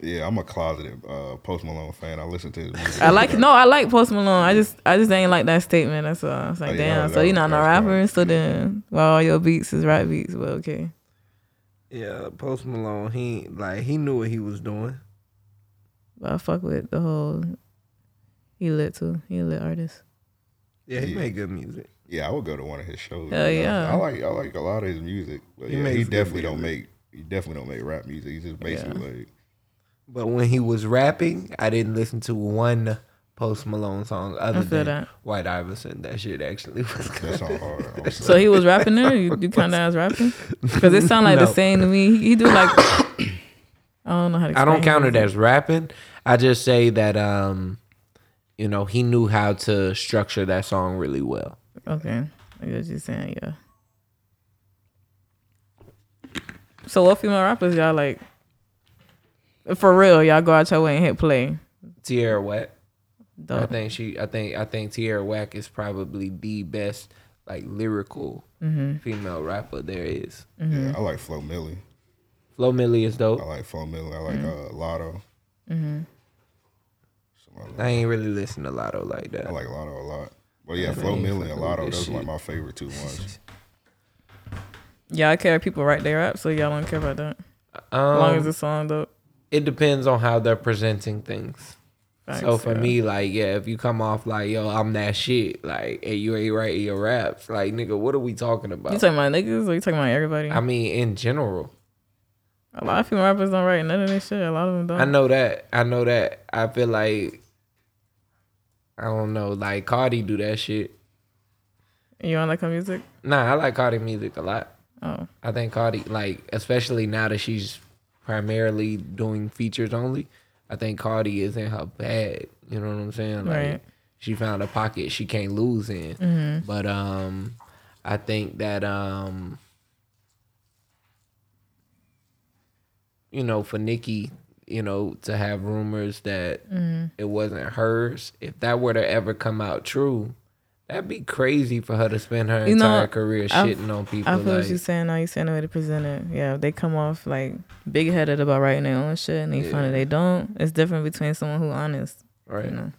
B: Yeah, I'm a closeted uh, Post Malone fan. I listen to his music.
C: I like no, I like Post Malone. I just I just ain't like that statement. That's all. I was like,
B: Oh, yeah,
C: damn.
B: that
C: so
B: was-
C: you're not no
B: that was
C: rapper.
B: hard.
C: So then, well, all your beats is rap beats. Well, okay.
A: Yeah, Post Malone, he like he knew what he was doing.
C: But I fuck with the whole. He lit too. He a lit artist.
A: Yeah, he
B: Yeah.
A: made good music.
B: Yeah, I would go to one of his shows.
C: Hell
B: you know?
C: yeah.
B: I like I like a lot of his music. But
A: He
B: yeah,
A: makes
B: he
A: good
B: definitely don't
A: music.
B: make he definitely don't make rap music. He's just basically like
A: But when he was rapping, I didn't listen to one Post Malone song other
C: feel
A: than
C: that.
A: White Iverson. That shit actually was good.
B: that's all hard. I'm sorry.
C: So he was rapping there. You, you kind of was rapping because it sound like
A: No.
C: the same to me. He, he do like. I don't know how to.
A: I don't
C: explain
A: count it
C: music.
A: as rapping. I just say that um, you know, he knew how to structure that song really well.
C: Okay, I guess you're saying yeah. So what female rappers y'all like? For real, y'all go out your way and hit play.
A: Tierra Whack. I
C: Dope.
A: think she I think I think Tierra Whack is probably the best like lyrical
C: Mm-hmm.
A: female rapper there is.
B: Yeah, I like Flo Milli.
A: Flo Milli is
B: I
A: dope.
B: like Flo Milli. I like uh, Lotto. Mm-hmm.
A: I ain't really listen to Lotto like that.
B: I like Lotto a lot. But yeah, Flo
A: ain't
B: Milli
A: fucking
B: and
A: with
B: Lotto,
A: this
B: those are like
A: shit.
B: my favorite two ones.
C: Y'all care people write their rap, so y'all don't care about that. As long as
A: um,
C: the song dope.
A: it depends on how they're presenting things.
C: Facts,
A: So Oh, for
C: yeah.
A: me, like, yeah, if you come off like, yo, I'm that shit, like, hey, you ain't writing your raps, like, nigga, what are we talking
C: you
A: about?
C: talking about niggas or you talking about everybody?
A: I mean, in general,
C: a lot of female rappers don't write none of this shit. A lot of them don't.
A: I know that. I know that. I feel like, I don't know, like Cardi do that shit.
C: And You don't like her music?
A: Nah, I like Cardi music a lot.
C: Oh,
A: I think Cardi, like, especially now that she's primarily doing features only, I think Cardi is in her bag. You know what I'm saying? Like,
C: Right. Mm-hmm.
A: she found a pocket she can't lose in. But um, I think that um, you know, for Nikki, you know, to have rumors that
C: Mm-hmm.
A: it wasn't hers, if that were to ever come out true. That'd be crazy for her to spend her
C: You know,
A: entire career
C: I-
A: shitting on people.
C: I feel
A: like,
C: what you're saying. Now you're saying the way they present it. Yeah, if they come off like big headed about writing their own shit and they find that they don't. It's different between someone who honest.
A: right,
C: You know,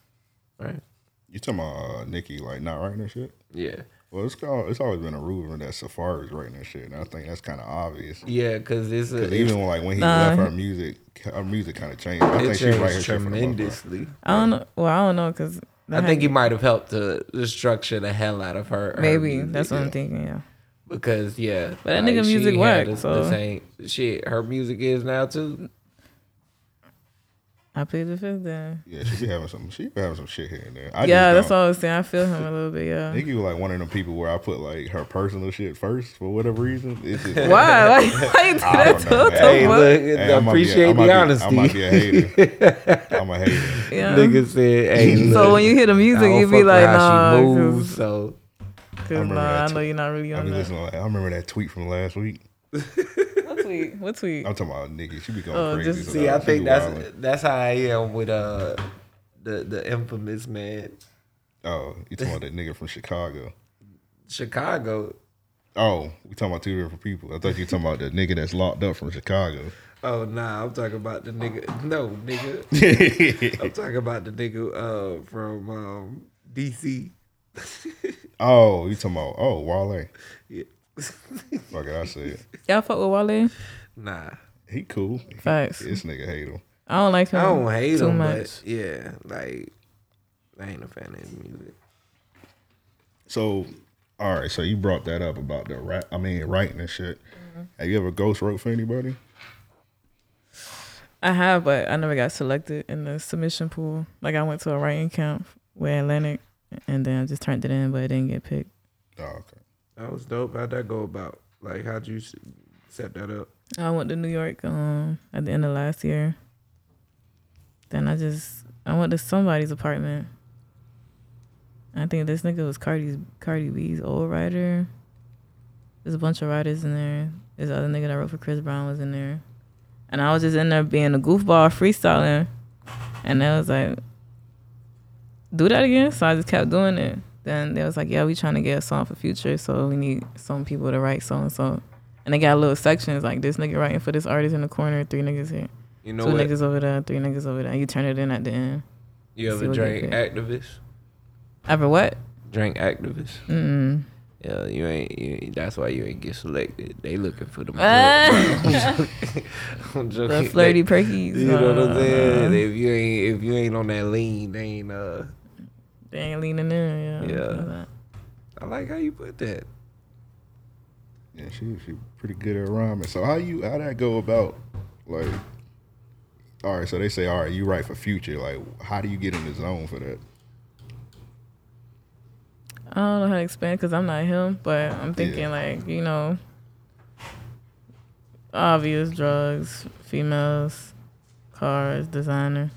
A: right,
B: You talking about uh, Nicki like not writing that shit?
A: yeah,
B: Well, it's called, it's always been a rumor that Safari's writing that shit, and I think that's kind of obvious.
A: yeah, because it's a,
B: 'Cause
A: it's,
B: even when, like when he
C: Nah.
B: left her music, her music kind of changed. I
A: it
B: think she write her
A: changed
B: shit for the most part.
A: tremendously.
C: I don't know. Well, I don't know because
A: I think he might have helped to structure the hell out of her. her
C: maybe
A: music.
C: that's what I'm thinking. Yeah,
A: because yeah,
C: But that nigga
A: she
C: music
A: had
C: whack,
A: the-
C: so-
A: the same shit. Her music is now too.
C: I played the fifth then.
B: Yeah, she be having some. She be having some shit here and there. I
C: yeah, that's
B: all.
C: all I was saying. I feel him a little bit. Yeah.
B: Nikki was like one of them people where I put like her personal shit first for whatever reason. It's just, like,
C: Why? Why? Why you do
B: I don't
C: that
B: know,
C: to
B: man.
C: to
B: Hey,
C: what?
A: look, I
B: hey, I might be-
A: appreciate
B: I might
A: the
B: be-
A: honesty.
B: I might be a hater. I'm a hater.
C: Yeah.
A: Nigga said, "Hey, look,
C: So when you hear the
A: I
C: music,
A: don't
C: you
A: fuck
C: be
A: with
C: like,
A: how
C: nah,
A: she moves,
C: cause,
A: so
C: 'cause
B: remember
C: nah,
B: that
C: I know you're not really
B: I
C: on
B: be
C: that.
B: listening. Like, I remember that tweet from last week.
C: What tweet? What tweet?
B: I'm talking about Nikki. She be going
C: Oh,
B: crazy.
C: just-
B: sometimes.
A: see, I
B: She
A: think
B: be
A: that's
B: wildin'.
A: that's how I am with uh the the infamous man
B: oh, you talking about that nigga from Chicago?
A: Chicago.
B: Oh, we talking about two different people. I thought you talking about the nigga that's locked up from Chicago.
A: Oh nah, I'm talking about the nigga. No nigga, I'm talking about the nigga uh from um DC.
B: oh, you talking about oh Wale?
A: Yeah.
B: Fuck it, I said
C: Y'all fuck with Wale?
A: Nah,
B: he cool.
C: Facts.
B: This nigga hate him.
C: I don't like him.
A: I don't hate
C: Mm, too
A: him,
C: much.
A: but yeah, like I ain't a fan of his music.
B: So, all right. So you brought that up about the rap. I mean, writing and shit.
A: Mm-hmm.
B: Have you ever ghost wrote for anybody?
C: I have, but I never got selected in the submission pool. Like I went to a writing camp with Atlantic, and then I just turned it in, but it didn't get picked.
B: Oh, okay.
A: That was dope. How'd that go about? Like, how'd you s- set that up?
C: I went to New York um at the end of last year. Then I just I went to somebody's apartment. I think this nigga was Cardi's Cardi B's old writer. There's a bunch of writers in there. There's other nigga that wrote for Chris Brown was in there. And I was just in there being a goofball freestyling. And I was like, do that again. So I just kept doing it. Then they was like, yeah, we trying to get a song for Future, so we need some people to write so and so. And they got little sections like this nigga writing for this artist in the corner, three niggas here,
E: You know
C: two
E: what?
C: niggas over there, three niggas over there. You turn it in at the end.
E: You
C: see
E: ever
C: what they
E: drank activist?
C: Ever what?
E: Drink activist?
C: Mm.
E: Yeah, you ain't. You, ain't- that's why you ain't get selected. They looking for them.
C: Ah.
E: I'm
C: The
E: joking.
C: flirty
E: They-
C: perkies.
E: You know what I'm
C: uh,
E: saying? If you ain't if you ain't on that lean, they ain't. Uh,
C: They ain't leaning in. Yeah.
E: Yeah. I like how you put that.
B: Yeah, she she pretty good at rhyming. So how you how that go about? Like, all right, so they say all right, you write for future. Like, how do you get in the zone for that?
C: I don't know how to explain because I'm not him, but I'm thinking
B: Yeah.
C: like you know, obvious drugs, females, cars, designer.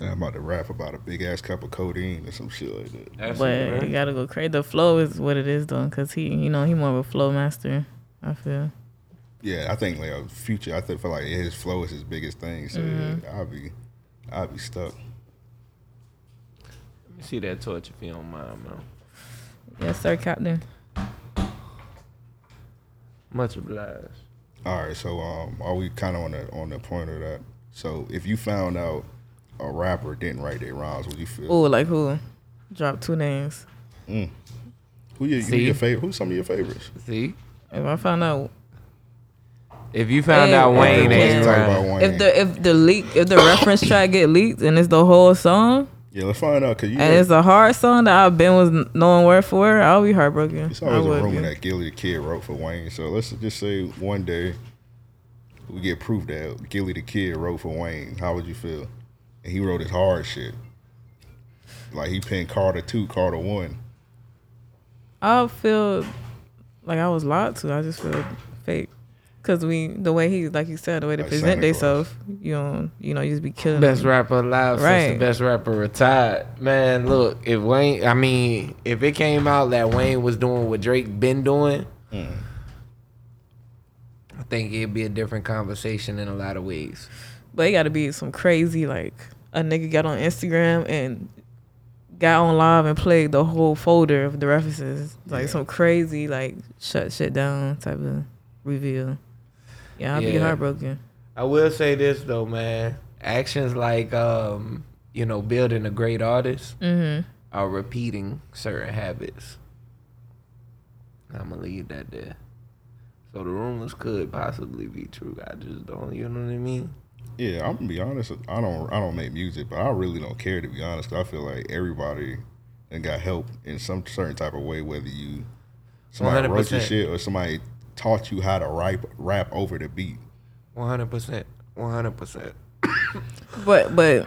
B: And I'm about to rap about a big ass cup of codeine or some shit like that.
E: That's
C: But you gotta go crazy. The flow is what it is though, because he, you know, he more of a flow master. I feel.
B: Yeah, I think like a future. I think for like his flow is his biggest thing. So
C: Mm-hmm.
B: yeah, I'll be, I'll be stuck.
E: see that torch if you don't mind, man.
C: Yes, sir, Captain.
E: Much obliged.
B: All right, so um, are we kind of on the on the point of that? So if you found out a rapper didn't write their rhymes, would you feel?
C: Oh, like who? Drop two names.
B: Who your, who
A: See?
B: your favorite? Who's some of your favorites?
A: See,
C: If I found out,
A: if you found
C: Hey,
A: out
C: hey,
A: Wayne
C: hey.
A: ain't
B: Let's talk about
A: right,
B: Wayne.
C: if the if the leak, if the reference track get leaked and it's the whole song
B: yeah, let's find out. Cause you
C: and
B: know-
C: it's a hard song that I've been was knowing word for word, I'll be heartbroken.
B: It's
C: I
B: always
C: would
B: a rumor
C: be.
B: that Gilly the Kid wrote for Wayne. So let's just say one day we get proof that Gilly the Kid wrote for Wayne. How would you feel? And he wrote his hard shit. Like he penned Carter two, Carter one.
C: I feel like I was lied to. I just feel fake. Cause we, the way he, like you said, the way they
B: Like
C: present
B: Santa Claus.
C: themselves, you know, you know, you just be killing.
A: best
C: them.
A: rapper alive since
C: Right.
A: the best rapper retired. Man, look, if Wayne, I mean, if it came out that Wayne was doing what Drake been doing, I think it'd be a different conversation in a lot of ways.
C: But it got to be some crazy like a nigga got on Instagram and got on live and played the whole folder of the references, like some crazy like shut shit down type of reveal. Yeah, I'd be
A: Yeah.
C: heartbroken.
A: I will say this though, man. Actions like um, you know, building a great artist are repeating certain habits. I'ma leave that there. So the rumors could possibly be true. I just don't you know what I mean?
B: Yeah, I'm gonna be honest. I don't I don't make music, but I really don't care to be honest. 'cause I feel like everybody and got help in some certain type of way, whether you somebody wrote your
A: 100%.
B: shit or somebody taught you how to rap rap over the beat.
E: One hundred percent. One hundred percent.
C: But but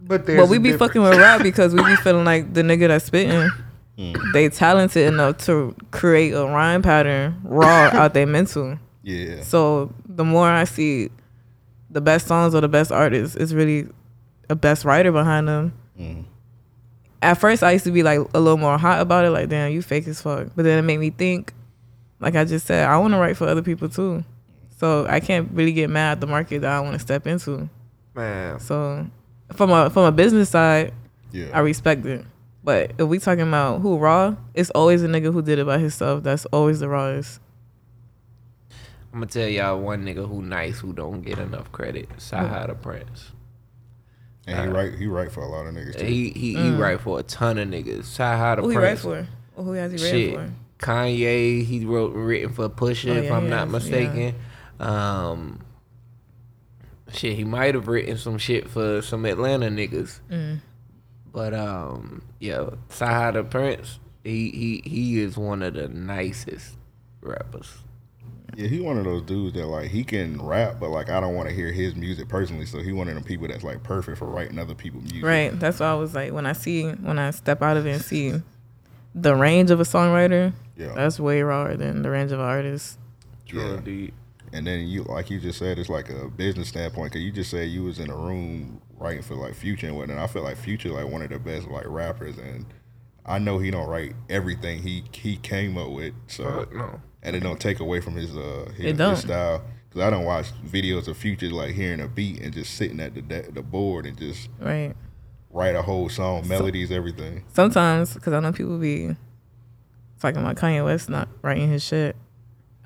E: But there's
C: but we be fucking with rap because we be feeling like the nigga that's spitting. They talented enough to create a rhyme pattern raw out their mental.
B: Yeah.
C: So the more I see the best songs or the best artists, it's really a best writer behind them. At first, I used to be like a little more hot about it, like, damn, you fake as fuck. But then it made me think, like I just said, I want to write for other people too. So I can't really get mad at the market that I want to step into.
E: man.
C: So from a from a business side, I
B: Yeah.
C: respect it. But if we talking about who raw, it's always a nigga who did it by himself. That's always the rawest.
E: I'm gonna tell y'all one nigga who nice who don't get enough credit. Sahara Prince.
B: and
C: Uh,
B: he write he write for a lot of niggas too.
E: He he he right for a ton of niggas. Sahara
C: Mm. Who
E: Prince.
C: he write for? Or who has he written
E: Shit.
C: for?
E: Kanye, he wrote written for Pusha,
C: Oh,
E: if
C: yeah,
E: I'm
C: he
E: not
C: has, yeah.
E: mistaken. Um, shit, he might have written some shit for some Atlanta niggas.
C: Mm.
E: But um, yeah, Sahara Prince, he he he is one of the nicest rappers.
B: Yeah, he one of those dudes that like he can rap, but like I don't want to hear his music personally. So he one of them people that's like perfect for writing other people's music.
C: Right. That's why I was like, when I see, when I step out of it and see the range of a songwriter,
B: Yeah.
C: that's way rawer than the range of an artist.
B: Yeah. And then you like you just said it's like a business standpoint because you just said you was in a room writing for like Future and whatnot. I feel like Future like one of the best like rappers, and I know he don't write everything he he came up with. So
E: uh, No,
B: and it don't take away from his uh his, his
C: don't.
B: style. Cause I don't watch videos of Future like hearing a beat and just sitting at the the board and just
C: Right.
B: write a whole song, melodies, everything.
C: Sometimes, because I know people be talking about Kanye West not writing his shit.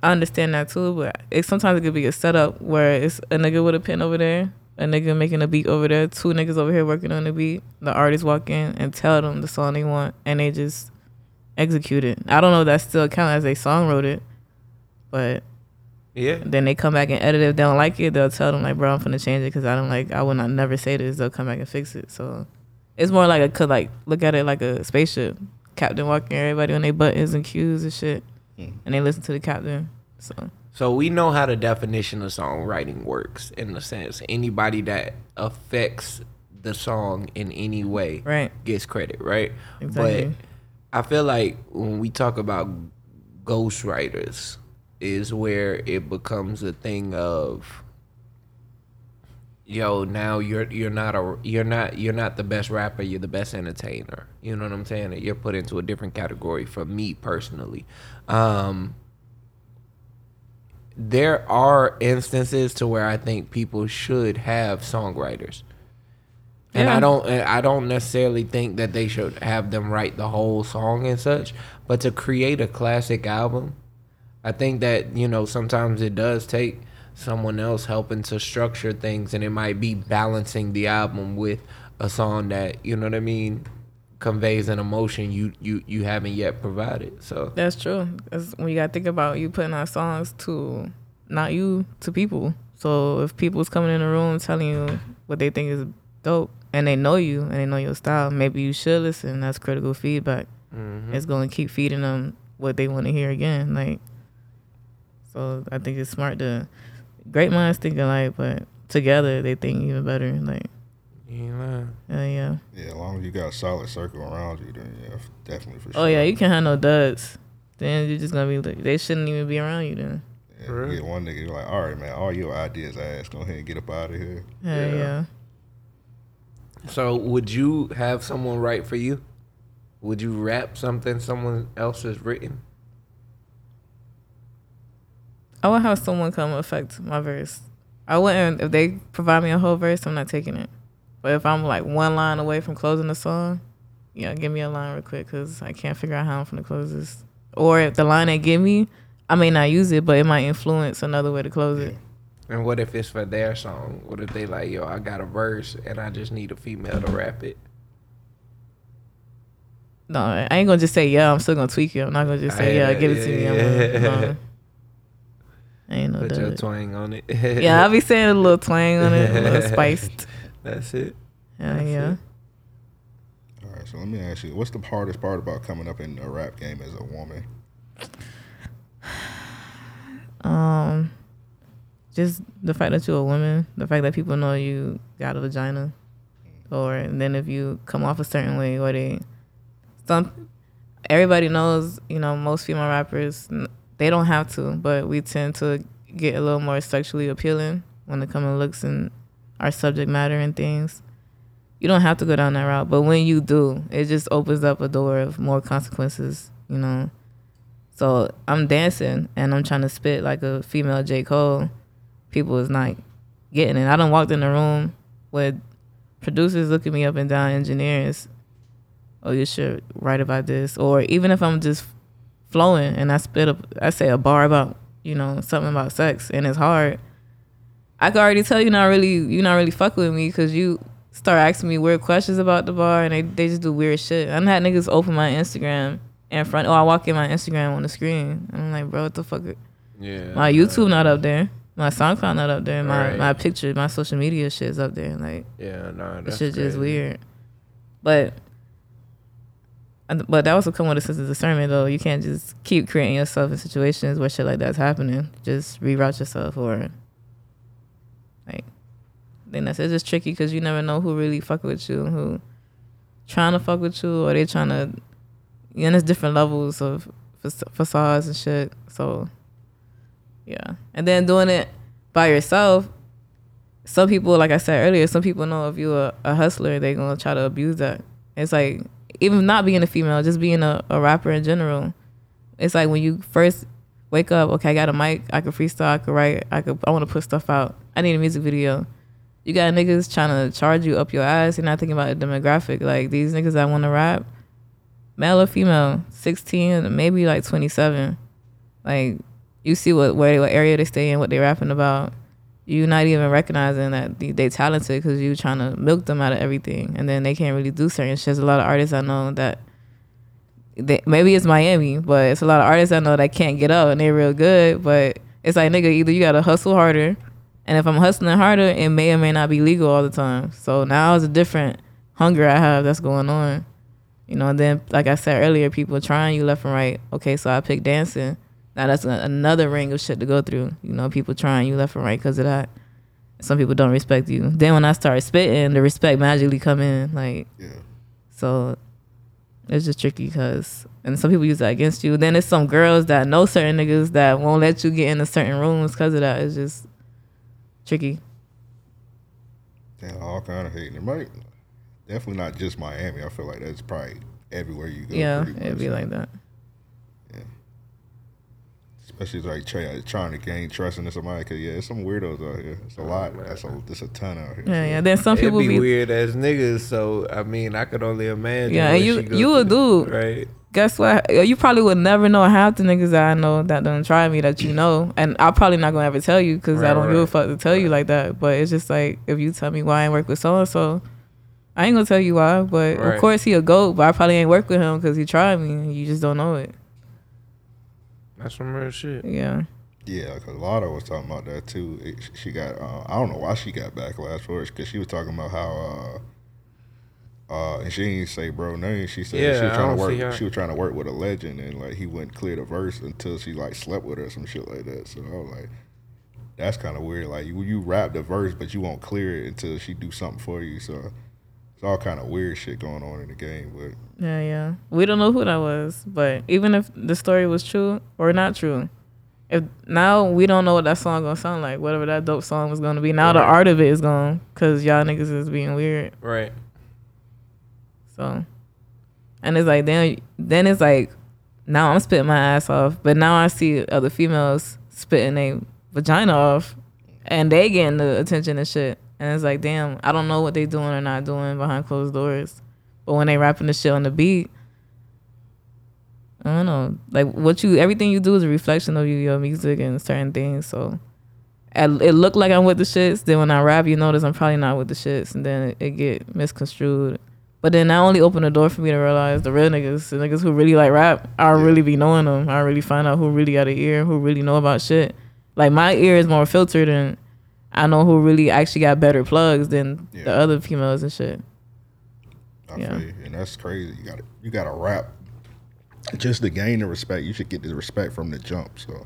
C: I understand that too, but it sometimes it could be a setup where it's a nigga with a pen over there, a nigga making a beat over there, two niggas over here working on the beat. The artist walk in and tell them the song they want, and they just execute it. I don't know if that still count as they song wrote it, but
A: Yeah.
C: then they come back and edit it. If they don't like it, they'll tell them like, "Bro, I'm finna change it because I don't like. I would not never say this." They'll come back and fix it. So it's more like a could like look at it like a spaceship. Captain walking everybody on their butt is and cues and shit, and they listen to the captain. So
A: So we know how the definition of songwriting works in the sense anybody that affects the song in any way
C: right,
A: gets credit, right?
C: Exactly.
A: But I feel like when we talk about ghostwriters is where it becomes a thing of yo, now you're you're not a you're not you're not the best rapper, you're the best entertainer. You know what I'm saying? You're put into a different category for me personally. Um there are instances to where I think people should have songwriters. And
C: Yeah.
A: I don't and I don't necessarily think that they should have them write the whole song and such, but to create a classic album, I think that, you know, sometimes it does take someone else helping to structure things and it might be balancing the album with a song that, you know what I mean, conveys an emotion you you you haven't yet provided. So
C: that's true. That's when you gotta think about you putting out songs to not you to people. So if people's coming in the room telling you what they think is dope and they know you and they know your style, maybe you should listen. That's critical feedback. It's
B: Mm-hmm.
C: going to keep feeding them what they want to hear again. Like, so I think it's smart to great minds think alike, but together they think even better. Like,
A: you know.
C: uh, yeah.
B: Yeah, as long as you got a solid circle around you, then yeah, f- definitely for sure.
C: Oh yeah, you can't have no duds. Then you're just gonna be. like, They shouldn't even be around you then.
B: Yeah, you get one nigga you're like, all right, man, all your ideas, ass, go ahead and get up out of here.
C: Hell yeah.
A: So would you have someone write for you? Would you rap something someone else has written?
C: I would have someone come affect my verse. I wouldn't if they provide me a whole verse. I'm not taking it. But if I'm like one line away from closing the song, yeah, give me a line real quick because I can't figure out how I'm gonna close this. Or if the line they give me, I may not use it, but it might influence another way to close it.
A: And what if it's for their song? What if they like, yo, I got a verse and I just need a female to rap it?
C: No, I ain't gonna just say yeah. I'm still gonna tweak it. I'm not gonna just say yeah.
A: Yeah,
C: give it to me. I'm
A: yeah,
C: gonna,
A: yeah.
C: no. I ain't no
A: Put your
C: dud.
A: twang on it.
C: Yeah, I be saying a little twang on it, a little spiced.
A: That's it.
C: Yeah, yeah.
B: All right, so let me ask you, what's the hardest part about coming up in a rap game as a woman?
C: Um, just the fact that you're a woman, the fact that people know you got a vagina, or and then if you come off a certain way, or they, some, everybody knows. You know, most female rappers n- they don't have to, but we tend to get a little more sexually appealing when it comes to looks and our subject matter and things. You don't have to go down that route, but when you do, it just opens up a door of more consequences. You know, so I'm dancing and I'm trying to spit like a female J. Cole. People is not getting it. I done walked in the room with producers looking me up and down, engineers. Oh, you should write about this. Or even if I'm just flowing and I spit up, I say a bar about, you know, something about sex and it's hard. I can already tell you not really, you not really fucking with me because you start asking me weird questions about the bar and they, they just do weird shit. I done had niggas open my Instagram in front. Oh, I walk in my Instagram on the screen. I'm like, bro, what the fuck?
A: Yeah.
C: My YouTube not up there. My SoundCloud not up there. My
A: Right.
C: my picture, my social media shit is up there. Like
A: yeah, nah,
C: this
A: that's
C: shit just
A: crazy.
C: weird. But and- but that also come with a sense of discernment though. You can't just keep creating yourself in situations where shit like that's happening. Just reroute yourself or like then that's it's just tricky because you never know who really fuck with you, who trying to fuck with you, or they trying to. You know, there's different levels of fac- facades and shit. So yeah, and then doing it by yourself, some people, like I said earlier, some people know if you're a, a hustler, they're gonna try to abuse that. It's like even not being a female, just being a, a rapper in general. It's like when you first wake up, okay, I got a mic, I can freestyle, I can write, I could, I want to put stuff out. I need a music video. you got niggas trying to charge you up your ass. You're not thinking about the demographic. Like these niggas that want to rap, male or female, 16, maybe like 27. Like you see what where what area they stay in, what they rapping about. You're not even recognizing that they, they talented because you trying to milk them out of everything, and then they can't really do certain shit. There's a lot of artists I know that they, maybe it's Miami, but it's a lot of artists I know that can't get up and they're real good. But it's like nigga, either you gotta hustle harder, and if I'm hustling harder, it may or may not be legal all the time. So now it's a different hunger I have that's going on. You know, and then like I said earlier, people trying you left and right. Okay, so I picked dancing. Now that's a, another ring of shit to go through. You know, people trying you left and right because of that. Some people don't respect you. Then when I start spitting, the respect magically come in. Like,
B: Yeah.
C: so it's just tricky because, and some people use that against you. Then it's some girls that know certain niggas that won't let you get into certain rooms because of that. It's just tricky.
B: Damn, all kind of hating. It might definitely not just Miami. I feel like that's probably everywhere you go.
C: yeah,
B: pretty
C: it'd
B: much.
C: be like that.
B: especially like try, trying to gain trust in somebody. Cause yeah, there's some weirdos out here. It's a lot. That's a that's a ton out here.
C: Oh, Yeah, yeah. Then some
E: It'd
C: people
E: be,
C: be,
E: weird as niggas. So I mean, I could only imagine.
C: Yeah, and
E: what
C: you-
E: she go
C: you a
E: through,
C: dude.
E: right?
C: guess what? Uh, You probably would never know half the niggas that I know that don't try me that you know, and I'm probably not gonna ever tell you because
E: Right,
C: I don't give a
E: right.
C: fuck to tell you like that. But it's just like if you tell me why I ain't work with so and so, I ain't gonna tell you why. But
E: Right.
C: of course he a goat, but I probably ain't work with him because he tried me. and You just don't know it.
E: That's some real shit.
C: Yeah,
B: Yeah, cause Lotto was talking about that too. It, sh- she got uh, I don't know why she got backlash for it. Cause she was talking about how. uh uh, and she didn't say bro name. She said
E: Yeah,
B: she was
E: I don't
B: trying to
E: see her.
B: work. She was trying to work with a legend, and like he wouldn't clear the verse until she like slept with her or some shit like that. So I was like, that's kind of weird. Like you, you rap the verse, but you won't clear it until she do something for you. So it's all kind of weird shit going on in the game. But
C: yeah, yeah. We don't know who that was, but even if the story was true or not true. If now we don't know what that song gonna sound like, whatever that dope song was gonna be. Now the
E: Right.
C: art of it is gone, cause y'all niggas is being weird.
E: Right.
C: So, and it's like then then it's like now I'm spitting my ass off, but now I see other females spitting their vagina off, and they getting the attention and shit. And it's like, damn, I don't know what they doing or not doing behind closed doors, but when they rapping the shit on the beat. I don't know. Like what you, everything you do is a reflection of you, your music and certain things. So, and it looked like I'm with the shits. Then when I rap, you notice I'm probably not with the shits, and then it, it get misconstrued. But then that only opened the door for me to realize the real niggas, the niggas who really like rap, I really be knowing them. I really find out who really got an ear, who really know about shit. Like my ear is more filtered, and I know who really actually got better plugs than the
B: Yeah.
C: other females and shit.
B: I
C: Yeah.
B: feel you. And that's crazy. You got you got to rap just to gain the respect. You should get the respect from the jump. So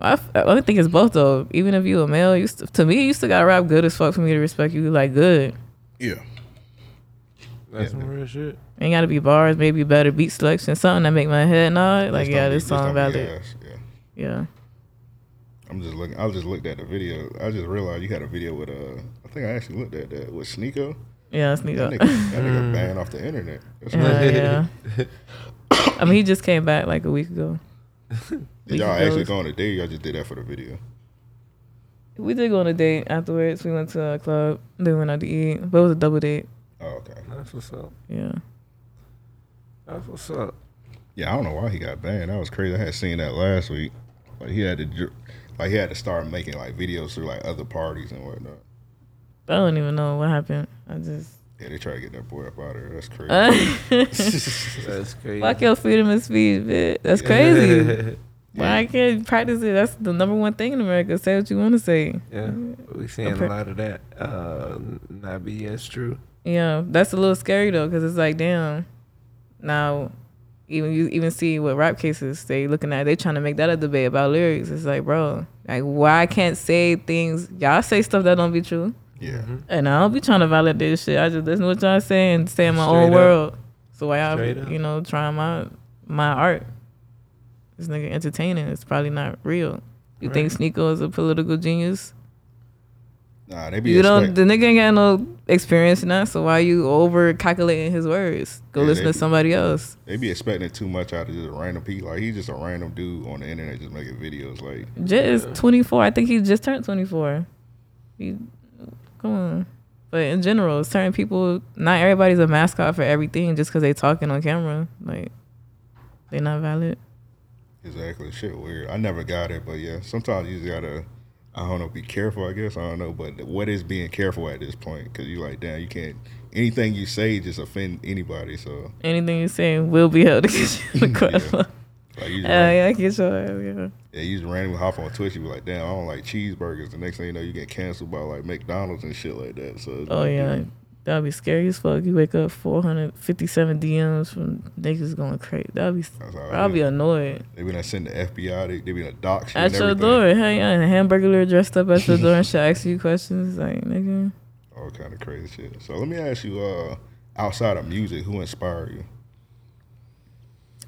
C: I, f- I think it's both though. Even if you a male, you st- to me you still gotta rap good as fuck for me to respect you. Like good,
B: yeah,
E: That's some real shit.
C: ain't gotta be bars, maybe better beat selection, something that make my head nod. Like
B: Just
C: yeah,
B: don't be-
C: this
B: just
C: song
B: don't
C: valid.
B: be ass. Yeah,
C: Yeah,
B: I'm just looking. I just looked at the video. I just realized you had a video with uh. I think I actually looked at that with Sneeko.
C: yeah, sneak
B: That
C: up.
B: nigga, that nigga banned off the internet. That's
C: Uh-huh. Yeah,
B: crazy.
C: yeah. I mean, he just came back like a week ago.
B: Did y'all actually go on a date? Y'all just did that for the video.
C: We did go on a date afterwards. We went to a club. Then we went out to eat, but it was a double date.
B: Oh okay.
E: That's what's up.
C: Yeah,
E: That's what's up.
B: Yeah, I don't know why he got banned. That was crazy. I had seen that last week. Like he had to, dr- like he had to start making like videos through like other parties and whatnot.
C: I don't even know what happened. I just
B: Yeah, they try to get that boy up out of there. That's crazy.
E: That's crazy.
C: fuck your freedom of speech, bitch. That's crazy. Why I can't practice it? That's the number one thing in America. Say what you want to say.
E: yeah, we seeing a lot of that. Uh, not BS true.
C: Yeah, that's a little scary though, because it's like, damn. Now, even you even see what rap cases they looking at, they trying to make that a debate about lyrics. It's like, bro, like why I can't say things? Y'all say stuff that don't be true,
B: Yeah.
C: and I don't be trying to validate this shit. I just listen to what y'all say and stay in my
E: Straight
C: own
E: up.
C: world. So why y'all,
E: Straight up.
C: you know, trying my my art? This nigga entertaining. It's probably not real. You think Sneeko is a political genius?
B: Nah, they be
C: You don't.
B: expect-
C: The nigga ain't got no experience in that, so why you over calculating his words? Go
B: Yeah,
C: listen
B: they
C: to
B: be-
C: somebody else.
B: they be expecting too much out of just a random people. Like he's just a random dude on the internet just making videos. Like
C: Jit is 24. I think he just turned 24. He Come on. But in general, certain people, not everybody's a mascot for everything just because they talking on camera. Like, they not valid.
B: Exactly. Shit weird. I never got it, but yeah, sometimes you just gotta, I don't know, be careful, I guess. I don't know, but what is being careful at this point? Because you like, damn, you can't, anything you say just offend anybody. So,
C: Anything you say will be held against you in the court.
B: Yeah.
C: Yeah,
B: like, you just,
C: Oh, yeah,
B: ran-
C: yeah get your ass, yeah.
B: yeah, you just randomly hop on Twitch, you be like, damn, I don't like cheeseburgers. The next thing you know, you get canceled by like McDonald's and shit like that. So,
C: Oh, yeah. That'd be scary as fuck. You wake up 457 DMs from niggas going crazy. That'd be,
B: That's how it
C: I'd be
B: is.
C: annoyed.
B: they been send the FBI, they, they been a dox you
C: At
B: and
C: your
B: everything.
C: door. Hey, yeah. And a hamburglar dressed up at your door and she'll ask you questions. Like, nigga.
B: All kind of crazy shit. So, let me ask you, uh, outside of music, who inspired you?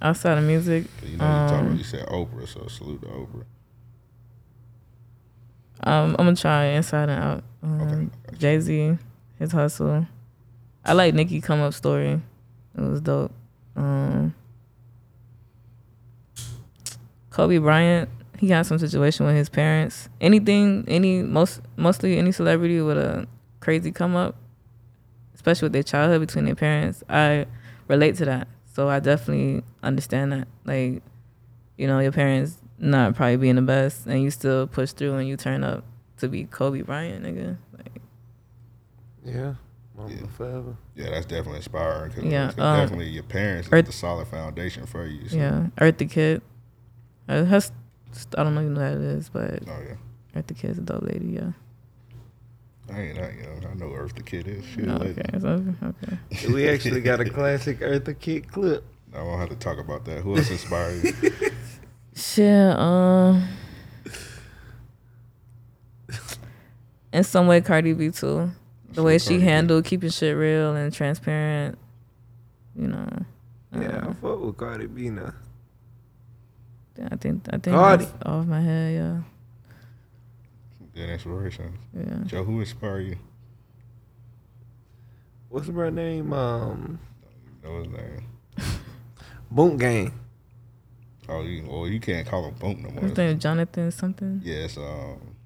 C: Outside of music,
B: 'Cause You know, you, talk about, you said Oprah, so salute to Oprah.
C: Um, I'm gonna try Inside and Out. Um,
B: Okay.
C: Jay Z, his hustle. I like Nicki Come Up story. It was dope. Um, Kobe Bryant, he had some situation with his parents. Anything, any most mostly any celebrity with a crazy come up, especially with their childhood between their parents, I relate to that. So I definitely understand that. Like you know, your parents not probably being the best and you still push through and you turn up to be Kobe Bryant, nigga. Like,
A: Yeah. Mama
B: Yeah.
A: forever.
B: Yeah, that's definitely inspiring. Cause
C: Yeah,
B: it's
C: um,
B: definitely your parents is
C: Earth-
B: the solid foundation for you. So.
C: yeah. Earth the Kid. Uh, her st- I don't know even who that is, but
B: Oh yeah.
C: Earth the Kid's a dope lady, yeah.
B: I ain't that young. I know Earth the Kid is. Shit,
C: Oh,
B: like,
C: okay. So, okay.
A: We actually got a classic Eartha Kitt clip.
B: I won't have to talk about that. Who else inspired you?
C: Shit, um In some way Cardi B too. The way she
B: Cardi B.
C: handled keeping shit real and transparent, you know. Uh,
A: Yeah, I fuck with Cardi B now.
C: I think I think
A: Cardi.
C: that's off my head, yeah.
B: Good inspiration.
C: Yeah.
B: Joe, who inspired you?
A: What's her name? Um,
B: You know his name.
A: Boom Gang.
B: Oh, you, well, you can't call him Boom no more.
C: His name is Jonathan something.
B: Yeah, it's um,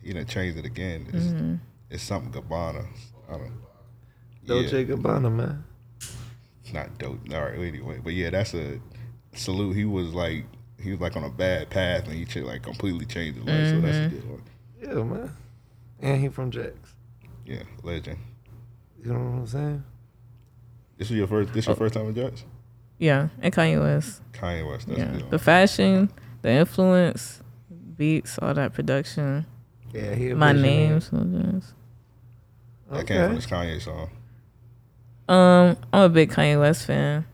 B: he done changed it again. It's,
C: Mm-hmm.
B: it's something Gabbana. I don't.
A: Dolce
B: yeah,
A: Gabbana, man.
B: not dope. All right, anyway, but yeah, that's a salute. He was like, he was like on a bad path, and he ch- like completely changed his life. So that's a
C: Mm-hmm.
B: good one.
A: Yeah, man. And he from Jax.
B: Yeah, legend.
A: You know what I'm saying?
B: This was your first.
C: Oh.
B: This your first time in Jax?
C: Yeah, and Kanye West.
B: Kanye West. That's
C: yeah,
B: good.
C: the fashion, the influence, beats, all that production.
A: Yeah, he. a
C: My
A: visionary.
C: name, something.
B: I came from
A: Okay.
B: this Kanye song.
C: Um, I'm a big Kanye West fan,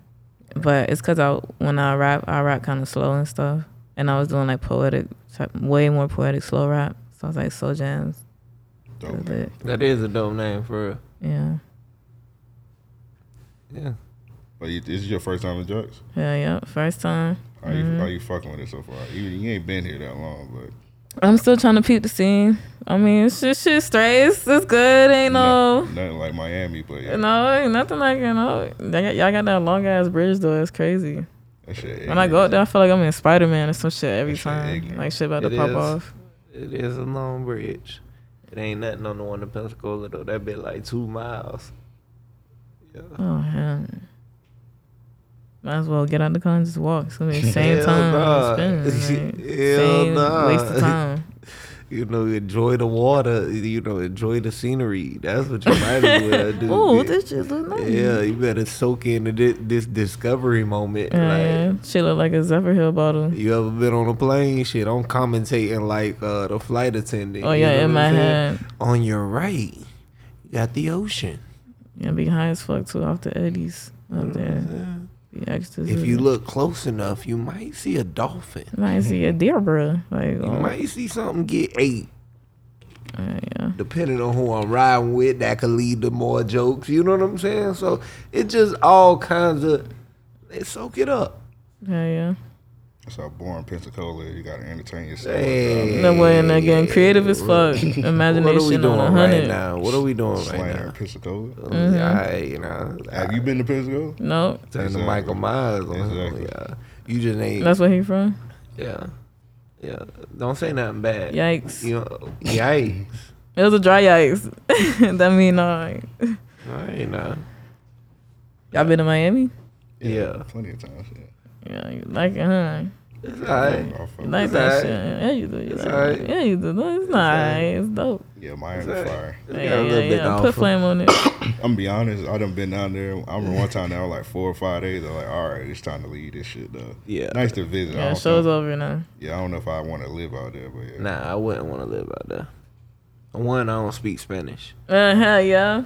C: but it's cause I when I rap, I rap kind of slow and stuff, and I was doing like poetic, type, way more poetic slow rap. So I was like slow jams. that
B: Dope.
C: was it.
A: That is a dope name for real.
C: Yeah,
A: Yeah.
B: But you, this is your first time in Jax.
C: hell yeah, first time.
B: How you
C: Mm-hmm.
B: how you fucking with it so far? You, you ain't been here that long, but
C: I'm still trying to peep the scene. I mean, shit, shit, straight. It's it's good. Ain't no.
B: nothing, nothing like Miami. But yeah,
C: No, ain't nothing like you know. They got, y'all got that long ass bridge though. It's crazy.
B: that shit.
C: When I go up there, I feel like I'm in Spider Man or some shit every
B: That shit
C: time.
B: ignorant.
C: Like shit about
A: It
C: to pop
A: is.
C: off.
A: It is a long bridge. It ain't nothing on the one to Pensacola though. That bit like two miles. Yeah.
C: Oh hell. Might as well get out the car and just walk. It's gonna be the same
A: Hell
C: time.
A: nah.
C: Spinning, like,
A: Hell
C: same
A: nah.
C: waste of time.
A: You know, enjoy the water. You know, enjoy the scenery. That's what you might as well do.
C: Oh,
A: bitch.
C: this shit look nice.
A: Yeah, you better soak into this, this discovery moment.
C: Yeah,
A: Like,
C: yeah. She look like a Zephyr Hill bottle.
A: you ever been on a plane? Shit, I'm commentating like uh, the flight attendant.
C: Oh
A: you know
C: yeah, in
A: what
C: my
A: I'm saying?
C: head.
A: On your right, you got the ocean.
C: Yeah, be high as fuck too off the eddies up there. Be extra
A: Mm-hmm. If you
C: zooted.
A: look close enough, you might see a dolphin.
C: might see a deer, bro. Like,
A: You
C: oh,
A: might see something get ate.
C: yeah, yeah.
A: Depending on who I'm riding with, that could lead to more jokes. You know what I'm saying? So it's just all kinds of. They soak it up.
C: Yeah, yeah.
B: That's how born Pensacola. is. You gotta entertain yourself.
A: Hey,
C: That way, and again, creative as fuck. Imagination
A: what are we doing
C: on a
A: right
C: hundred. Mm-hmm.
A: now? What are we doing
B: Slang
A: right
B: in
A: now?
B: Pensacola.
A: I, you know,
B: Have you been to Pensacola?
C: nope,
A: turn
B: Exactly.
A: to Michael Myers. On
B: Exactly.
A: him, yeah. You just ain't.
C: that's where he from.
A: yeah. Yeah. Don't say nothing bad.
C: Yikes.
A: You know, yikes.
C: It was a dry ice. that mean, uh,
A: I ain't know.
C: y'all been to Miami?
A: Yeah.
B: Plenty of times. Yeah.
C: Yeah, you like it, huh?
A: It's alright.
B: All
C: You
B: fun.
C: like
A: It's
C: that
A: alright.
C: shit. Yeah, you do. You
A: It's
C: like
A: alright.
C: it. Yeah, you do. No, it's not. It's dope.
B: Yeah, Miami
A: It's alright.
B: fire.
A: It's got
C: Yeah,
A: a
C: yeah,
A: little bit
C: yeah.
A: down
C: Put
A: for-
C: flame on it.
B: I'm gonna be honest, I done been down there. I remember one time that was like four or five days. I'm like, all right, it's time to leave this shit though.
A: Yeah.
B: Nice to visit. I
A: Oh,
C: Yeah,
B: don't
C: show's
B: know-
C: over now.
B: yeah, I don't know if I want to live out there, but yeah.
A: Nah, I wouldn't want to live out there. One, I don't speak Spanish.
C: Uh huh. Yeah,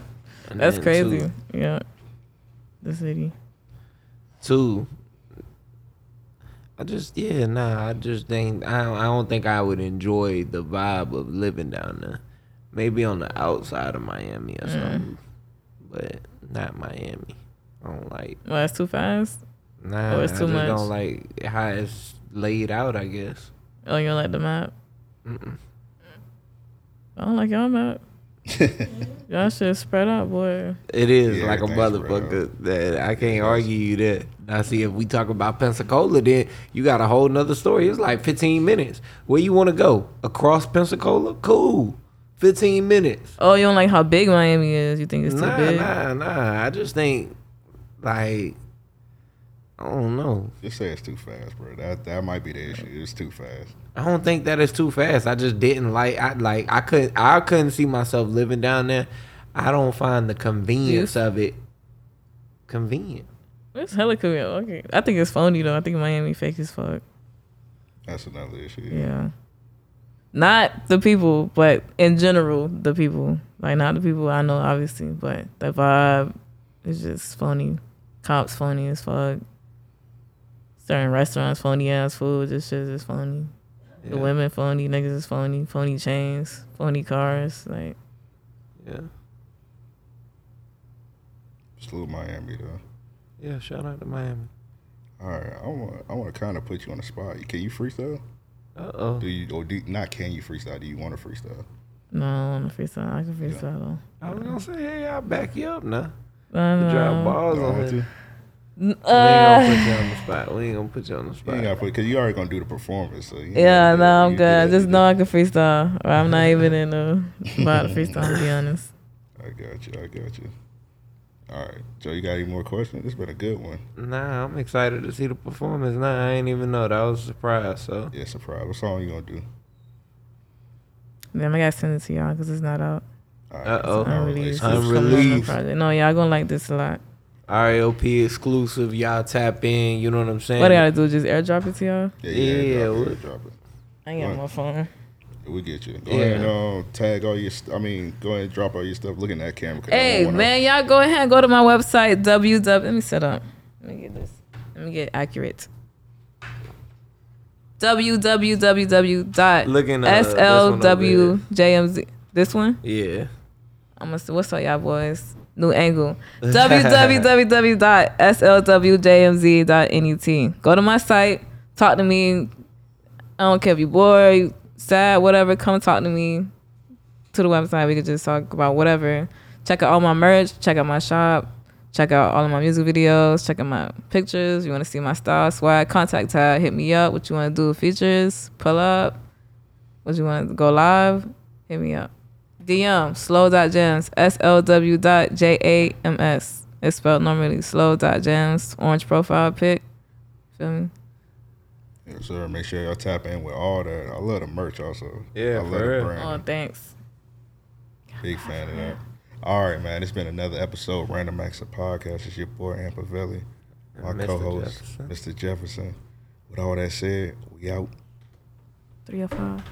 A: And
C: that's
A: then
C: crazy.
A: Two,
C: Yeah, the city.
A: two, I just yeah, nah. I just think I don't, I don't think I would enjoy the vibe of living down there. Maybe on the outside of Miami
C: Mm.
A: or something, but not Miami. I don't like.
C: Well, that's too fast.
A: Nah,
C: Oh, it's
A: I
C: too
A: just
C: much.
A: don't like how it's laid out. I guess.
C: Oh, you don't like the map? I don't like y'all map. y'all
A: Mm.
C: should spread out, boy.
A: It is
B: Yeah,
A: like a
B: everything's rough.
A: motherfucker that I can't argue you that. Now see if we talk about Pensacola, then you got a whole nother story. It's like 15 minutes. Where you want to go? Across Pensacola? Cool. 15 minutes.
C: Oh, you don't like how big Miami is. You think it's too
A: Nah,
C: big?
A: nah, nah. I just think like I don't know.
B: Just say it's too fast, bro. That that might be the issue. It's too fast.
A: I don't think that it's too fast. I just didn't like. I like. I couldn't. I couldn't see myself living down there. I don't find the convenience of it convenient.
C: It's hella cool. Okay, I think it's phony though. I think Miami fake as fuck.
B: That's another issue.
C: Yeah. Not the people, but in general, the people. Like not the people I know, obviously, but the vibe is just phony. Cops phony as fuck. Certain restaurants phony ass food. This shit is phony. The women phony, niggas is phony. Phony chains, phony cars. Like
A: Yeah.
B: Just little Miami though.
A: Yeah. Shout out to Miami.
B: All right, I want I want to kind of put you on the spot. Can you freestyle?
A: Uh oh.
B: Do you or do not? Can you freestyle? Do you want to freestyle?
C: no, I don't want to freestyle. I can freestyle though.
A: I was gonna say, hey, I'll back you up now.
C: I
A: You
C: don't
A: drop
C: know.
A: balls
B: Don't
A: on
B: want to?
A: here.
B: You
C: Uh,
A: we ain't gonna put you on the spot. We ain't gonna put you on the spot.
B: ain't gotta put because you already gonna do the performance. So you
C: Yeah,
B: you-
C: no, I'm
B: you
C: good. I
B: did-
C: just know I can freestyle. Or I'm not even in the about to freestyle, to be honest.
B: I got you. I got you. All right, Joe. You got any more questions? This been a good one.
A: Nah, I'm excited to see the performance. Nah, I ain't even know that. I was surprised. So
B: Yeah, surprise. What song you gonna do?
C: Then I gotta send it to y'all because it's not out.
B: All right,
A: Uh-oh.
B: it's not
C: Unreleased.
B: released.
C: It's coming on the
A: Unreleased.
C: project. No, y'all gonna like this a lot.
A: RLP exclusive. Y'all tap in. You know what I'm saying?
C: What I gotta do? Just airdrop it to y'all.
B: Yeah, yeah,
A: Yeah,
B: drop it,
A: we'll-
B: drop it.
C: I ain't got
B: Right.
C: my phone.
B: We get you. Go
A: Yeah.
B: ahead and uh, tag all your. St- I mean, go ahead and drop all your stuff. Look in that camera. 'cause I
C: Hey
B: don't wanna-
C: man, y'all go ahead and go to my website www. Let me set up. Let me get this. Let me get accurate.
A: Looking, uh, this one over
C: www.slwjmz. This one.
A: yeah.
C: I'm gonna say, what's up, y'all boys? New angle. www.slwjmz.net. E Go to my site, talk to me. I don't care if you bored, you sad, whatever. Come talk to me to the website. We could just talk about whatever. Check out all my merch. Check out my shop. Check out all of my music videos. Check out my pictures. You want to see my style, swag, contact tab. Hit me up. What you want to do? Features. Pull up. What you want to go live? Hit me up. DM slow.jams, S L W dot J A M S. It's spelled normally slow.jams, orange profile pic. Feel me?
B: Yes, sir. Make sure y'all tap in with all that. I love the merch also.
A: Yeah,
B: I love
A: for
B: the
A: real.
B: brand.
C: Oh, thanks.
B: Big fan of that. All right, man. It's been another episode of Random Acts of Podcast. It's your boy Ampavelli, my
A: Mr.
B: co-host Mr. Jefferson. With all that said, we out.
C: Three or five.